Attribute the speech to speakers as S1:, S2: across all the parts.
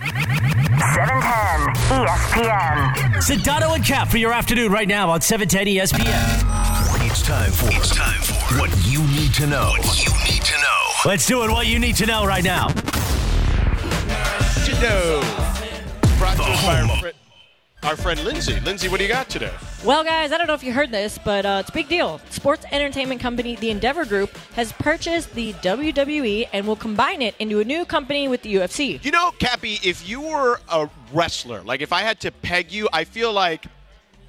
S1: 710 ESPN.
S2: Sedano and Cap for your afternoon right now on E 710 ESPN.
S3: It's time for. It's time for what you need to know. What you need to know.
S2: Let's do it. What you need to know right now.
S4: Chido. Brought to
S3: The
S4: us by our,
S5: Oh.
S3: home of-
S4: fri- our friend Lindsay. Lindsay, what do you got today?
S6: Well, guys, I don't know if you heard this, but uh, it's a big deal. Sports entertainment company The Endeavor Group has purchased the WWE and will combine it into a new company with the UFC.
S4: You know, Cappy, if you were a wrestler, like if I had to peg you, I feel like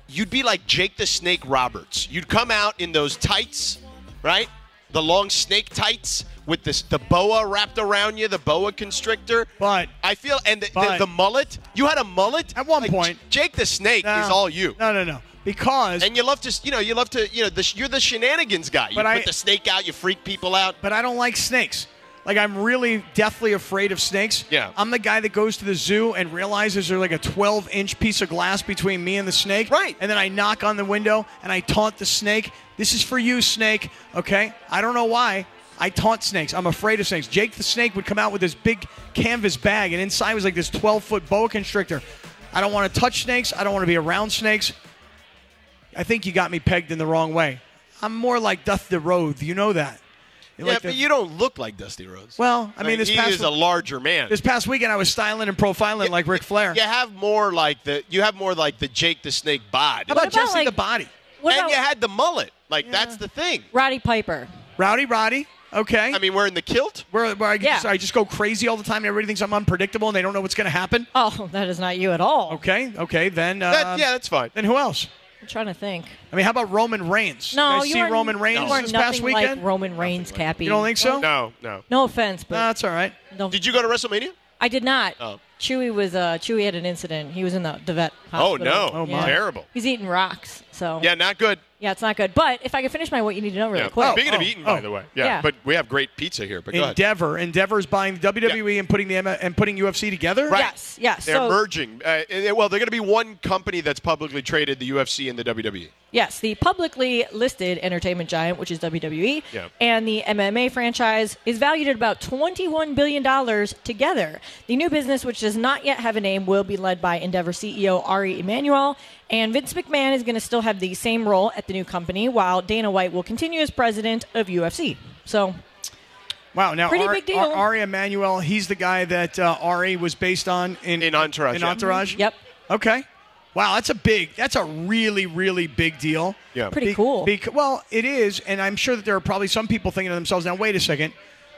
S4: you'd be like Jake the Snake Roberts. You'd come out in those tights, right? The long snake tights with this the boa wrapped around you, the boa constrictor.
S5: But-
S4: I feel and the,
S5: but-
S4: the, the mullet. You had a mullet
S5: At one
S4: Like,
S5: point.
S4: Jake the Snake is all you.
S5: No, no, no. Because,
S4: And you love to, you know, you love to, you know, the, you're the shenanigans guy. You
S5: But
S4: put
S5: I-
S4: the snake out, you freak people out.
S5: but I don't like snakes. Like I'm really deathly afraid of snakes.
S4: Yeah.
S5: I'm the guy that goes to the zoo and realizes there's like a 12 inch piece of glass between me and the snake.
S4: Right.
S5: And then I knock on the window and I taunt the snake. This is for you, snake. Okay. I don't know why. I taunt snakes. I'm afraid of snakes. Jake the snake would come out with this big canvas bag, and inside was like this 12 foot boa constrictor. I don't want to touch snakes. I don't want to be around snakes. I think you got me pegged in the wrong way. I'm more like Doth the Road. You know that.
S4: yeah,
S5: Like the-
S4: but you don't look like Dusty Rhodes.
S5: Well, I mean,
S4: Like,
S5: this
S4: he
S5: past
S4: is a larger man.
S5: This past weekend, I was styling and profiling like Ric Flair.
S4: You have more like the you have more like the Jake the Snake bod.
S5: How about,
S6: about,
S5: Jesse
S6: like-
S5: the Body?
S6: What
S4: and
S6: about
S4: you had the mullet. Like that's the thing.
S6: Roddy Piper?
S5: Rowdy Roddy. Okay.
S4: I mean, wearing the kilt.
S5: where, where I,
S6: Yeah.
S5: just, I just go crazy all the time and everybody thinks I'm unpredictable and they don't know what's going to happen.
S6: Oh, that is not you at all.
S5: Okay. Okay. Then. Uh,
S4: That, yeah, that's fine.
S5: Then who else?
S6: I'm trying to think.
S5: I mean, how about Roman Reigns?
S6: No,
S5: Did I
S6: you
S5: see
S6: are,
S5: Roman Reigns
S6: you are
S5: this
S6: nothing
S5: past weekend.
S6: like Roman Reigns, Cappy.
S5: you don't think so?
S4: No, no.
S6: No offense, but
S5: Nah, that's all right.
S6: no-
S4: Did you go to WrestleMania?
S6: I did not.
S4: Oh.
S6: Chewy was uh, Chewy had an incident. He was in the, the vet
S4: Oh,
S6: hospital.
S4: no.
S5: Oh,
S6: Yeah.
S5: my.
S4: Terrible.
S6: He's eating rocks. So
S4: Yeah, not good.
S6: Yeah, it's not good. But if I could finish my what you need to know really
S4: Yeah.
S6: quick.
S4: Speaking of
S5: oh,
S4: eating, by
S5: oh.
S4: the way, yeah,
S6: Yeah.
S4: But we have great pizza here. But go ahead.
S5: Endeavor. Endeavor is buying the WWE and putting the M- and putting UFC together.
S4: Right.
S6: Yes, yes.
S4: They're
S6: so,
S4: merging. Uh, eh, well, they're going to be one company that's publicly traded, the UFC and the E. WWE.
S6: yes, the publicly listed entertainment giant, which is WWE,
S4: Yeah.
S6: and the MMA franchise is valued at about $21 billion together. The new business, which does not yet have a name, will be led by Endeavor CEO Ari Emanuel. And Vince McMahon is going to still have the same role at the new company, while Dana White will continue as president of UFC. So,
S5: Wow. Now,
S6: Pretty
S5: Ari,
S6: big deal.
S5: Ar- Ari Emanuel, he's the guy that uh, Ari was based on in,
S4: In Entourage,
S5: In
S4: yeah.
S5: Entourage.
S6: yep.
S5: Okay. Wow, that's a big. That's a really, really big deal.
S4: Yeah.
S6: Pretty cool.
S5: bec- well, it is, and I'm sure that there are probably some people thinking to themselves, "Now, wait a second.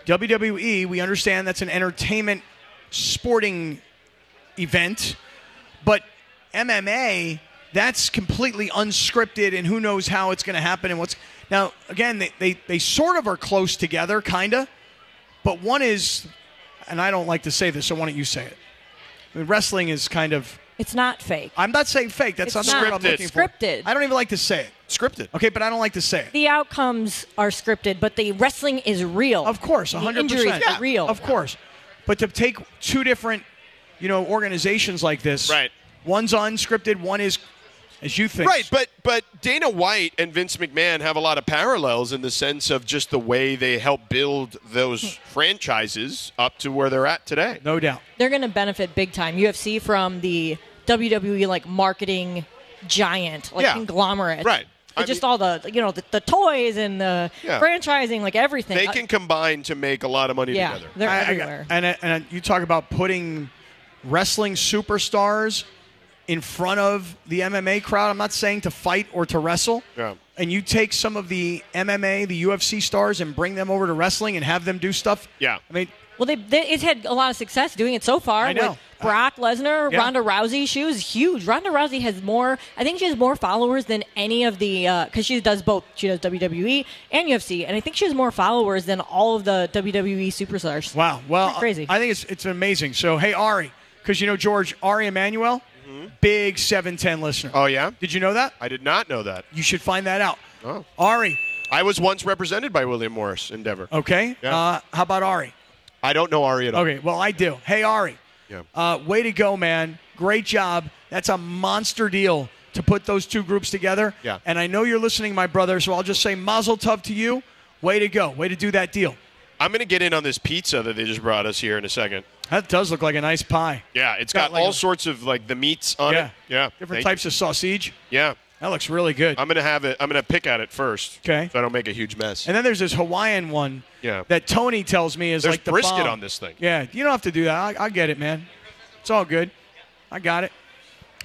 S5: WWE, we understand that's an entertainment, sporting event, but MMA, that's completely unscripted, and who knows how it's going to happen and what's." Now, again, they, they they sort of are close together, kinda, but one is, and I don't like to say this, so why don't you say it? I mean, wrestling is kind of
S6: It's not fake.
S5: I'm not saying fake. That's
S6: It's
S5: not the word I'm
S4: not.
S5: looking for.
S6: Scripted.
S5: I don't even like to say it.
S4: Scripted.
S5: Okay, but I don't like to say it.
S6: the outcomes are scripted, but the wrestling is real.
S5: of course, 100%.
S6: The injuries
S5: Yeah,
S6: are real.
S5: Of course. But to take two different, you know, organizations like this.
S4: Right.
S5: One's unscripted, one is as you think.
S4: Right, but but Dana White and Vince McMahon have a lot of parallels in the sense of just the way they help build those franchises up to where they're at today.
S5: no doubt.
S6: They're going to benefit big time. UFC from the WWE like marketing giant, like
S4: Yeah.
S6: conglomerate.
S4: Right.
S6: And
S4: I
S6: just
S4: mean-
S6: all the you know the, the toys and the
S4: Yeah.
S6: franchising, like everything.
S4: They
S6: Uh,
S4: can combine to make a lot of money
S6: yeah,
S4: together.
S6: they're
S5: I- I-
S6: everywhere.
S5: and, and and you talk about putting wrestling superstars in front of the MMA crowd. I'm not saying to fight or to wrestle.
S4: Yeah.
S5: And you take some of the MMA, the UFC stars, and bring them over to wrestling and have them do stuff.
S4: Yeah.
S5: I mean,
S6: well, they, they it's had a lot of success doing it so far.
S5: I know.
S6: With
S4: Uh,
S6: Brock Lesnar,
S5: Yeah.
S6: Ronda Rousey, she was huge. Ronda Rousey has more. I think she has more followers than any of the because she does both. She does WWE and UFC, and I think she has more followers than all of the WWE superstars.
S5: Wow. Well,
S6: Pretty crazy.
S5: I think it's it's amazing. So, hey Ari, Because you know, George, Ari Emanuel, big 710 listener.
S4: Mm-hmm. Oh, yeah?
S5: Did you know that?
S4: I did not know that.
S5: You should find that out.
S4: Oh.
S5: Ari,
S4: I was once represented by William Morris Endeavor.
S5: okay?
S4: Yeah.
S5: Uh, how about Ari?
S4: I don't know Ari at all.
S5: Okay, well, I do. Hey, Ari.
S4: Yeah.
S5: Uh, way to go, man. Great job. That's a monster deal to put those two groups together.
S4: Yeah.
S5: And I know you're listening, my brother, so I'll just say mazel tov to you. Way to go. Way to do that deal.
S4: I'm going to get in on this pizza that they just brought us here in a second.
S5: That does look like a nice pie.
S4: Yeah, it's
S5: Got
S4: got,
S5: like
S4: all
S5: a-
S4: sorts of like the meats on
S5: Yeah.
S4: it. Yeah.
S5: Different
S4: Thank
S5: types of sausage.
S4: you. Yeah.
S5: That looks really good.
S4: I'm going to have it. I'm going to pick at it first.
S5: Okay.
S4: So I don't make a huge mess.
S5: and then there's this Hawaiian one
S4: Yeah.
S5: that Tony tells me is
S4: There's
S5: like the
S4: brisket
S5: bomb.
S4: on this thing.
S5: Yeah, you don't have to do that. I, I get it, man. It's all good. I got it.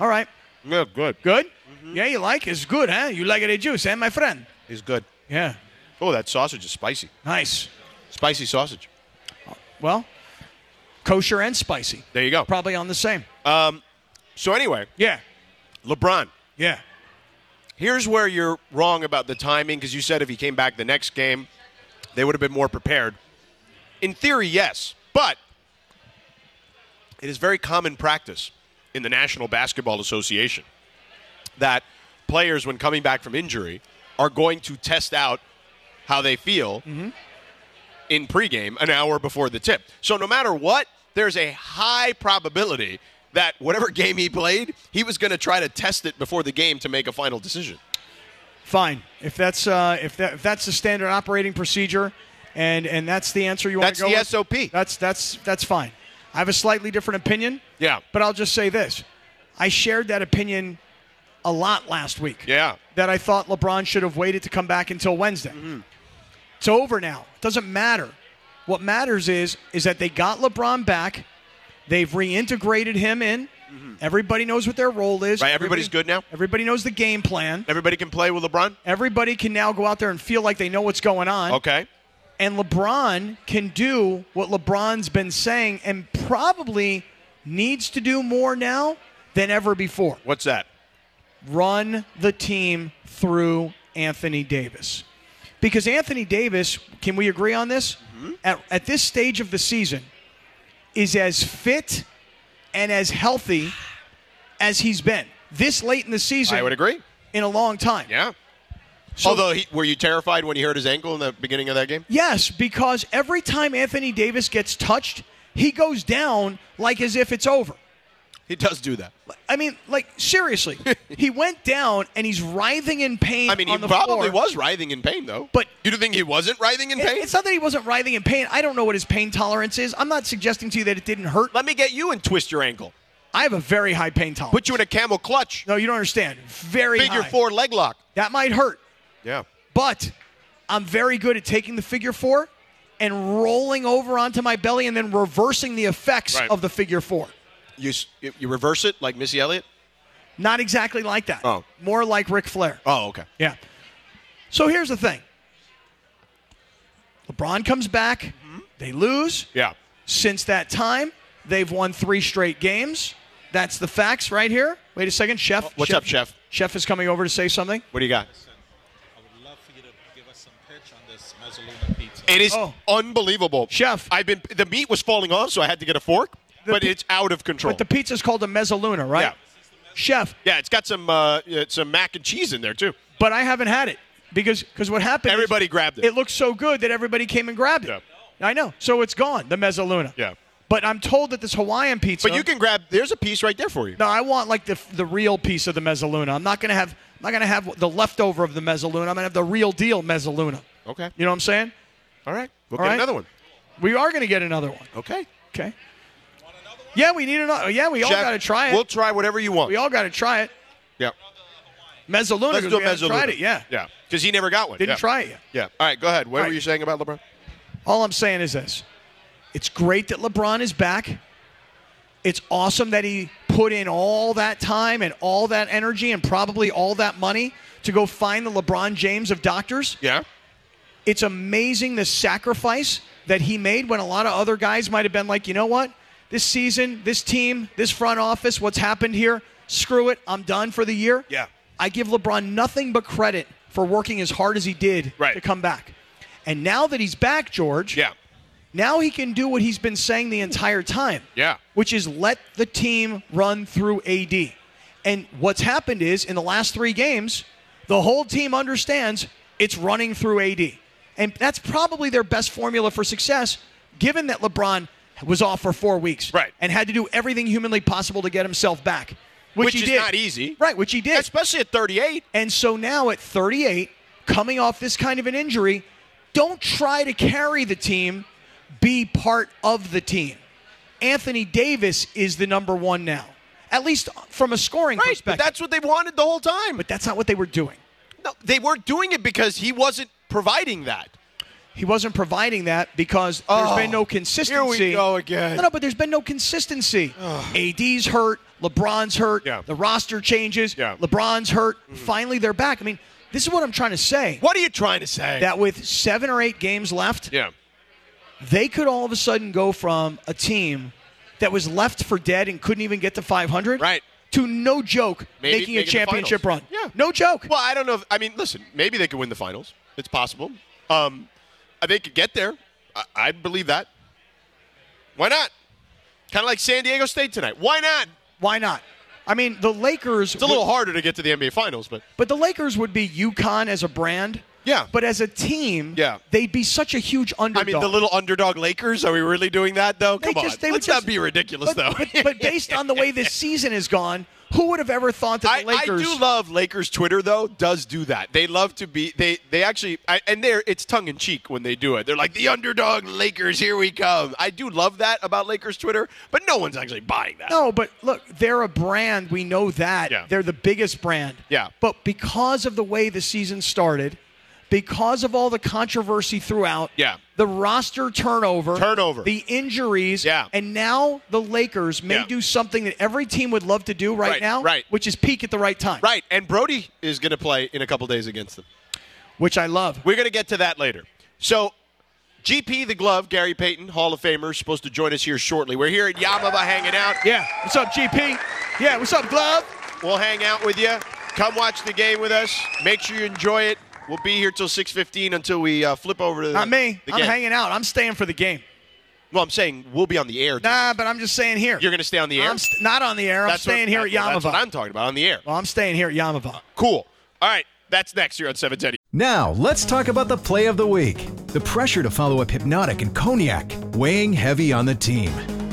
S5: All right.
S4: yeah, good.
S5: Good?
S4: Mm-hmm.
S5: Yeah, you like it? It's good, huh? You like it, juice, eh, my friend?
S4: It's good.
S5: Yeah.
S4: Oh, that sausage is spicy.
S5: Nice.
S4: Spicy sausage.
S5: Well, kosher and spicy.
S4: There
S7: Oh.
S4: you go.
S5: Probably on the same.
S4: So anyway,
S5: yeah.
S4: LeBron.
S5: Yeah.
S4: Here's where you're wrong about the timing because you said if he came back the next game, they would have been more prepared. In theory, yes, but it is very common practice in the National Basketball Association that players, when coming back from injury, are going to test out how they feel in pregame an hour before the tip. So no matter what, there's a high probability that whatever game he played, he was going to try to test it before the game to make a final decision.
S5: Fine. If that's uh, if that if that's the standard operating procedure, and and that's the answer you want
S4: That's
S5: to go
S4: the
S5: with,
S4: SOP.
S5: That's that's that's fine. I have a slightly different opinion.
S4: Yeah.
S5: But I'll just say this: I shared that opinion a lot last week.
S4: Yeah.
S5: That I thought LeBron should have waited to come back until Wednesday.
S4: Mm-hmm.
S5: It's over now. It doesn't matter. What matters is is that they got LeBron back. They've reintegrated him in. Everybody knows what their role is.
S4: Mm-hmm. Right, everybody's good now?
S5: Everybody knows the game plan.
S4: Everybody can play with LeBron?
S5: Everybody can now go out there and feel like they know what's going on.
S4: Okay.
S5: And LeBron can do what LeBron's been saying and probably needs to do more now than ever before.
S4: What's that?
S5: Run the team through Anthony Davis. Because Anthony Davis, can we agree on this?
S4: Mm-hmm.
S5: At, at this stage of the season, is as fit and as healthy as he's been this late in the season
S4: I would agree.
S5: in a long time.
S4: Yeah. Although, he, were you terrified when you hurt his ankle in the beginning of that game?
S5: Yes, because every time Anthony Davis gets touched, he goes down like as if it's over.
S4: He does do that.
S5: I mean, like seriously, he went down and he's writhing in pain.
S4: I mean, he
S5: on the
S4: probably
S5: floor.
S4: was writhing in pain, though.
S5: But-
S4: you don't think he wasn't writhing in
S5: It-
S4: pain?
S5: It's not that he wasn't writhing in pain. I don't know what his pain tolerance is. I'm not suggesting to you that it didn't hurt.
S4: Let me get you and twist your ankle.
S5: I have a very high pain tolerance.
S4: Put you in a camel clutch.
S5: no, you don't understand. Very
S4: Figure
S5: high.
S4: four leg lock.
S5: That might hurt.
S4: Yeah.
S5: but I'm very good at taking the figure four and rolling over onto my belly and then reversing the effects
S4: Right.
S5: of the figure four.
S4: You s- you you reverse it like Missy Elliott?
S5: Not exactly like that.
S4: Oh.
S5: More like Ric Flair.
S4: Oh, okay.
S5: Yeah. So here's the thing LeBron comes back,
S4: Mm-hmm.
S5: they lose.
S4: Yeah.
S5: Since that time, they've won three straight games. That's the facts right here. Wait a second, Chef.
S4: Oh, what's up, Chef?
S5: Chef is coming over to say something.
S4: What do you got?
S8: I would love for you to give us some pitch on this mezzaluna pizza.
S4: It is
S5: Oh.
S4: unbelievable,
S5: Chef.
S4: I've been the meat was falling off, so I had to get a fork, but
S5: pi-
S4: it's out of control.
S5: But the pizza's called a mezzaluna, right?
S4: Yeah.
S5: Chef,
S4: yeah, it's got some uh, yeah, some mac and cheese in there too.
S5: but I haven't had it because because what happened? is
S4: Everybody grabbed it.
S5: It looked so good that everybody came and grabbed it. I know. So it's gone. The mezzaluna.
S4: Yeah.
S5: But I'm told that this Hawaiian pizza.
S4: But you can grab. There's a piece right there for you.
S5: No, I want like the the real piece of the mezzaluna. I'm not gonna have I'm not gonna have the leftover of the mezzaluna. I'm gonna have the real deal mezzaluna.
S4: Okay.
S5: You know what I'm saying?
S4: All right. We'll
S5: All
S4: get
S5: right.
S4: another one.
S5: We are gonna get another one.
S4: Okay.
S5: Okay. Yeah, we need another. Yeah, we all
S4: Chef,
S5: gotta try it.
S4: We'll try whatever you want.
S5: we all gotta try it.
S4: yeah.
S5: Mezzaluna.
S4: Let's
S5: 'cause
S4: do a
S5: we haven't
S4: mezzaluna.
S5: Tried it. Yeah.
S4: Yeah. Because he never got one.
S5: Didn't
S4: yeah.
S5: try it yet.
S4: Yeah. All right. Go ahead. What
S5: All
S4: were
S5: right.
S4: you saying about LeBron?
S5: All I'm saying is this. It's great that LeBron is back. It's awesome that he put in all that time and all that energy and probably all that money to go find the LeBron James of doctors.
S4: Yeah.
S5: It's amazing the sacrifice that he made when a lot of other guys might have been like, you know what? This season, this team, this front office, what's happened here, screw it, I'm done for the year.
S4: Yeah.
S5: I give LeBron nothing but credit for working as hard as he did
S4: Right.
S5: to come back. And now that he's back, George,
S4: Yeah.
S5: Now he can do what he's been saying the entire time.
S4: Yeah.
S5: Which is let the team run through AD. And what's happened is in the last three games, the whole team understands it's running through AD. And that's probably their best formula for success, given that LeBron was off for four weeks.
S4: Right.
S5: And had to do everything humanly possible to get himself back. Which,
S4: Which
S5: he
S4: is
S5: did.
S4: not easy.
S5: Right, which he did.
S4: especially at 38.
S5: And so now at 38, coming off this kind of an injury, don't try to carry the team, be part of the team. Anthony Davis is the number one now, at least from a scoring
S4: Right, but
S5: perspective.
S4: that's what they wanted the whole time.
S5: but that's not what they were doing.
S4: No, they weren't doing it because he wasn't providing that.
S5: He wasn't providing that because
S4: Oh,
S5: there's been no
S4: here we
S5: consistency.
S4: go again.
S5: No, no, but there's been no consistency. AD's hurt. LeBron's hurt.
S4: Yeah.
S5: The roster changes.
S4: Yeah. Mm-hmm.
S5: LeBron's hurt. Finally, they're back. I mean, this is what I'm trying to say.
S4: What are you trying to say?
S5: That with seven or eight games left,
S4: yeah.
S5: they could all of a sudden go from a team that was left for dead and couldn't even get to 500
S4: Right.
S5: to no joke
S4: Maybe
S5: making a
S4: making the
S5: championship run.
S4: finals. Yeah.
S5: No joke.
S4: Well, I don't know. If, I mean, listen, maybe they could win the finals. It's possible. Um, they could get there. I, I believe that. Why not? Kind of like San Diego State tonight. Why not?
S5: Why not? I mean, the Lakers
S4: It's a little harder to get to the NBA Finals, but
S5: But the Lakers would be UConn as a brand.
S4: Yeah.
S5: But as a team,
S4: Yeah.
S5: they'd be such a huge
S4: I
S5: underdog.
S4: mean, the little underdog Lakers. Are we really doing that though?
S5: They
S4: Come on,
S5: just- they would
S4: let's
S5: just-
S4: not be ridiculous
S5: but,
S4: though.
S5: But, but based on the way this season has gone, who would have ever thought that
S4: I,
S5: the
S4: I
S5: Lakers?
S4: do love Lakers Twitter though does do that. They love to be they they actually I, and they're it's tongue in cheek when they do it. They're like the underdog Lakers here we come. I do love that about Lakers Twitter, but no one's actually buying that.
S5: no, but look, they're a brand. We know that.
S4: Yeah.
S5: They're the biggest brand.
S4: Yeah.
S5: But because of the way the season started, because of all the controversy throughout,
S4: Yeah.
S5: the roster turnover,
S4: Turnover.
S5: the injuries,
S4: Yeah.
S5: and now the Lakers may
S4: Yeah.
S5: do something that every team would love to do right,
S4: Right,
S5: now,
S4: right.
S5: which is peak at the right time.
S4: Right, and Brody is going to play in a couple days against them.
S5: Which I love.
S4: We're going to get to that later. So, GP the Glove, Gary Payton, Hall of Famer, is supposed to join us here shortly. We're here at Yamava hanging out.
S5: Yeah. What's up, GP? Yeah. What's up, Glove?
S4: We'll hang out with you. Come watch the game with us. Make sure you enjoy it. We'll be here till 6:15 until we uh, flip over to the
S5: Not me.
S4: the
S5: I'm
S4: game.
S5: hanging out. I'm staying for the game.
S4: Well, I'm saying we'll be on the air.
S5: Nah, but I'm just staying here.
S4: You're going to stay on the air.
S5: I'm st- not on the air. I'm
S4: That's what-
S5: staying here at
S4: well,
S5: Yamava.
S4: That's what I'm talking about on the air.
S5: well, I'm staying here at Yamava.
S4: Cool. All right, that's next here on 710.
S9: Now, let's talk about the play of the week. The pressure to follow up Hypnotic and Cognac, weighing heavy on the team.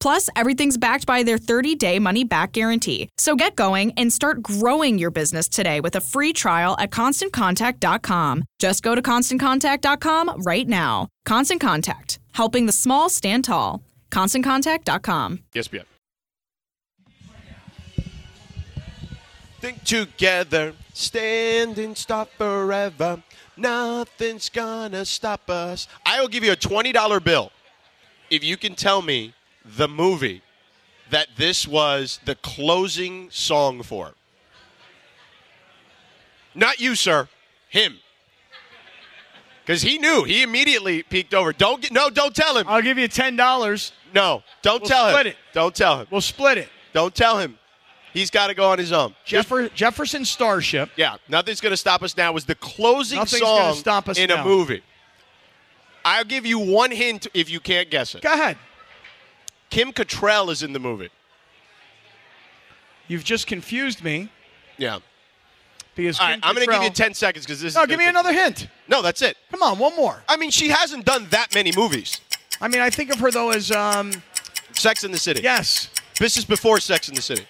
S10: Plus, everything's backed by their 30 day money back guarantee. So get going and start growing your business today with a free trial at constantcontact.com. Just go to constantcontact.com right now. Constant Contact, helping the small stand tall. ConstantContact.com.
S4: Yes, be up. Think together, stand and stop forever. Nothing's gonna stop us. I will give you a $20 bill if you can tell me the movie that this was the closing song for. Not you, sir. Him. Because he knew. He immediately peeked over. Don't get, no, don't tell him.
S5: I'll give you ten dollars.
S4: No, don't
S5: Uh, We'll
S4: tell him.
S5: split it.
S4: Don't tell him.
S5: We'll split it.
S4: Don't tell him. He's got to go on his own.
S5: Jeffer- Jefferson Starship.
S4: Yeah, nothing's gonna stop us now. Was the closing
S5: Nothing's
S4: song
S5: Gonna Stop Us
S4: in
S5: Now.
S4: a movie? I'll give you one hint if you can't guess it.
S5: Go ahead.
S4: Kim Cattrall is in the movie.
S5: You've just confused me
S4: Yeah.
S5: because
S4: All right,
S5: Kim
S4: I'm gonna give
S5: Cattrall-
S4: you ten seconds because this.
S5: No,
S4: is
S5: give
S4: the-
S5: me another hint.
S4: No, that's it.
S5: Come on, one more.
S4: I mean, she hasn't done that many movies.
S5: I mean, I think of her though as um,
S4: Sex in the City.
S5: yes.
S4: This is before Sex in the City.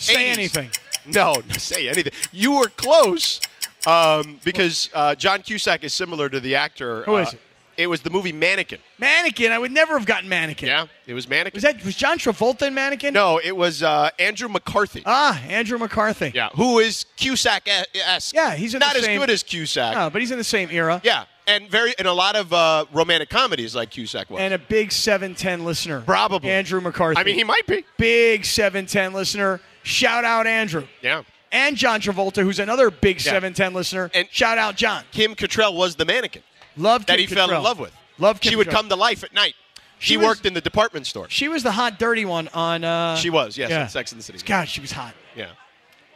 S5: Say
S4: 80s.
S5: anything.
S4: No, say anything. You were close um, because uh, John Cusack is similar to the actor.
S5: Who is
S4: uh,
S5: it?
S4: It was the movie Mannequin.
S5: Mannequin. I would never have gotten mannequin.
S4: Yeah, it was Mannequin.
S5: Was that was John Travolta in mannequin?
S4: no, it was uh, Andrew McCarthy.
S5: Ah, Andrew McCarthy.
S4: yeah, who is Cusack esque?
S5: Yeah, he's in the
S4: not as
S5: same-
S4: good as Cusack.
S5: Oh, but he's in the same era.
S4: Yeah, and very and a lot of uh, romantic comedies like Cusack was.
S5: And a big 710 listener.
S4: Probably.
S5: Andrew McCarthy.
S4: I mean, he might be.
S5: Big 710 listener. Shout out Andrew.
S4: Yeah.
S5: And John Travolta, who's another big
S4: Yeah.
S5: 710 listener.
S4: And-
S5: shout out John.
S4: Kim Cattrall was the mannequin
S5: Love
S4: that
S5: Kim
S4: he fell
S5: Cattrall.
S4: in love with.
S5: Love Kim
S4: She would
S5: Cattrall.
S4: come to life at night. She,
S5: She was-
S4: worked in the department store.
S5: She was the hot dirty one on. Uh,
S4: She was, yes, on Sex and the City.
S5: God, she was hot,
S4: Yeah.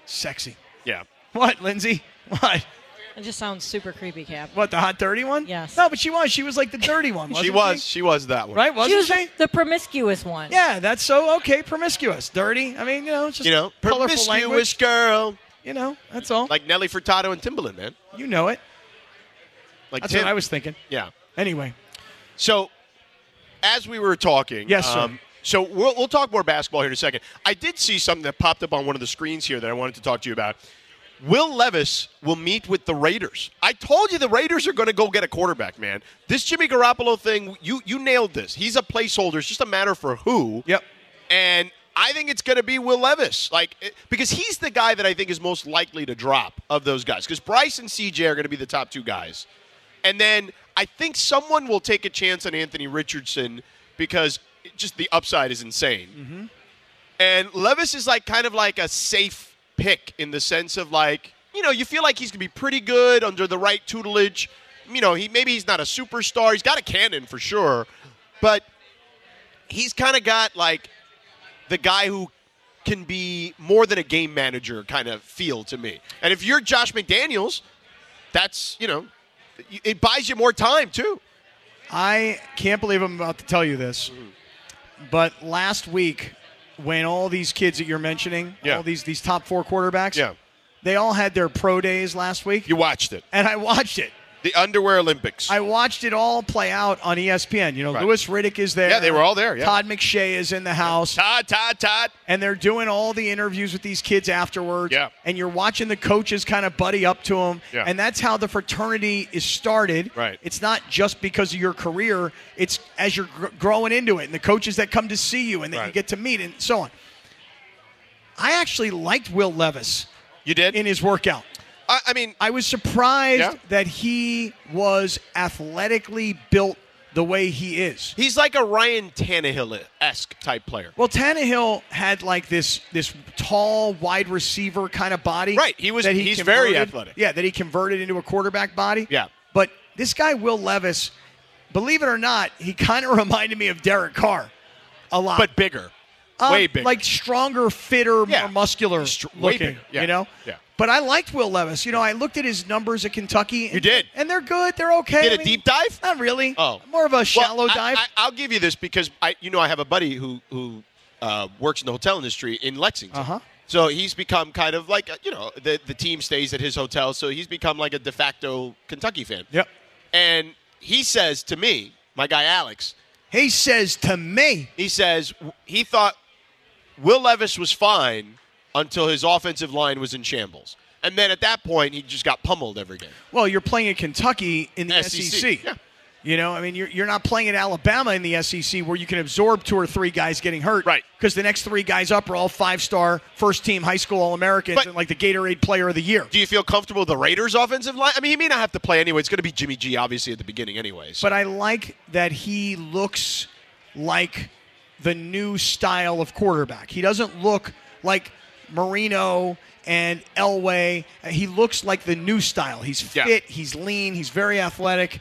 S5: sexy.
S4: Yeah.
S5: What, Lindsay? What?
S6: It just sounds super creepy, Cap.
S5: What the hot dirty one?
S6: Yes.
S5: No, but she was. She was like the dirty one. Wasn't
S4: she was. She was that one.
S5: right?
S6: She
S5: Wasn't
S6: was
S5: she?
S6: the promiscuous one.
S5: Yeah, that's so okay. Promiscuous, dirty. I mean, you know, it's just
S4: You know,
S5: colorful
S4: promiscuous
S5: language.
S4: girl.
S5: You know, that's all.
S4: Like Nelly Furtado and Timbaland, man.
S5: you know it.
S4: Like
S5: That's
S4: Tim.
S5: what I was thinking.
S4: Yeah.
S5: Anyway,
S4: So, as we were talking, um,
S5: Yes, sir.
S4: so we'll, we'll talk more basketball here in a second. I did see something that popped up on one of the screens here that I wanted to talk to you about. Will Levis will meet with the Raiders. I told you the Raiders are going to go get a quarterback, man. This Jimmy Garoppolo thing, you you nailed this. He's a placeholder. It's just a matter for who.
S5: Yep.
S4: And I think it's going to be Will Levis, like it- because he's the guy that I think is most likely to drop of those guys. Because Bryce and CJ are going to be the top two guys. And then I think someone will take a chance on Anthony Richardson because it- just the upside is insane. And Levis is like kind of like a safe pick in the sense of like, you know, you feel like he's going to be pretty good under the right tutelage. You know, he maybe he's not a superstar. He's got a cannon for sure, but he's kind of got like the guy who can be more than a game manager kind of feel to me. And if you're Josh McDaniels, that's, you know, it buys you more time too.
S5: I can't believe I'm about to tell you this, but last week, when all these kids that you're mentioning,
S4: Yeah.
S5: all these these top four quarterbacks,
S4: Yeah.
S5: they all had their pro days last week,
S4: You watched it.
S5: and I watched it.
S4: The Underwear Olympics.
S5: I watched it all play out on E ESPN. You know,
S4: Right.
S5: Lewis Riddick is there.
S4: Yeah, they were all there, yeah.
S5: Todd McShay is in the house,
S4: Todd, Todd, Todd.
S5: and they're doing all the interviews with these kids afterwards.
S4: Yeah.
S5: And you're watching the coaches kind of buddy up to them.
S4: Yeah.
S5: And that's how the fraternity is started.
S4: Right.
S5: It's not just because of your career, it's as you're gr- growing into it and the coaches that come to see you and that you
S4: Right.
S5: get to meet and so on. I actually liked Will Levis
S4: You did?
S5: in his workout.
S4: I, I mean,
S5: I was surprised
S4: Yeah.
S5: that he was athletically built the way he is.
S4: he's like a Ryan Tannehill esque type player.
S5: Well, Tannehill had like this this tall wide receiver kind of body.
S4: Right, he was- he's very
S5: converted-
S4: athletic.
S5: Yeah, that he converted into a quarterback body.
S4: Yeah.
S5: But this guy Will Levis, believe it or not, he kind of reminded me of Derek Carr a lot.
S4: But bigger.
S5: Um,
S4: way bigger.
S5: Like stronger, fitter,
S4: Yeah.
S5: more muscular
S4: Str- way
S5: looking.
S4: bigger. Yeah.
S5: You know.
S4: Yeah.
S5: But I liked Will Levis. You know, I looked at his numbers at Kentucky. And,
S4: You did.
S5: and they're good. They're okay.
S4: Did
S5: I
S4: a
S5: mean,
S4: deep dive?
S5: Not really.
S4: Oh,
S5: more of a shallow
S4: Well, I-
S5: dive.
S4: I, will give you this because I, you know, I have a buddy who who uh, works in the hotel industry in Lexington.
S5: Uh-huh.
S4: So he's become kind of like uh, you know the the team stays at his hotel, so he's become like a de facto Kentucky fan.
S5: Yep.
S4: And he says to me, my guy Alex,
S5: he says to me.
S4: he says w- he thought Will Levis was fine until his offensive line was in shambles, and then at that point he just got pummeled every game.
S5: Well, you're playing at Kentucky in the SEC.
S4: SEC, E yeah.
S5: You know, I mean, you're, you're not playing at Alabama in the SEC where you can absorb two or three guys getting hurt.
S4: Right.
S5: Because the next three guys up are all five star, first team high school All Americans
S4: But-
S5: and like the Gatorade Player of the Year.
S4: Do you feel comfortable with the Raiders' offensive line? I mean, he may not have to play anyway. It's going to be Jimmy G, obviously, at the beginning anyway. So.
S5: But I like that he looks like the new style of quarterback. He doesn't look like Marino and Elway. He looks like the new style. He's
S4: Yeah.
S5: fit, he's lean, he's very athletic.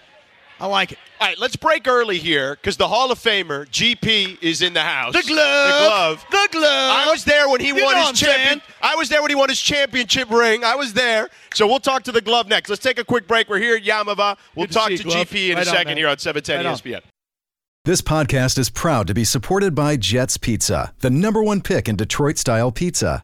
S5: I like it.
S4: All right, let's break early here because the Hall of Famer GP is in the house.
S5: The glove.
S4: The glove.
S5: The glove.
S4: I was there when he
S5: You
S4: won his
S5: know what I'm saying.
S4: champion. I was there when he won his championship ring. I was there. So we'll talk to the glove next. Let's take a quick break. We're here at Yamava. We'll
S5: Good to
S4: talk
S5: see
S4: to,
S5: you, Glove.
S4: GP in
S5: Right
S4: a
S5: on,
S4: second
S5: man.
S4: here on E 710
S5: Right on.
S4: ESPN.
S9: This podcast is proud to be supported by Jets Pizza, the number one pick in Detroit style pizza.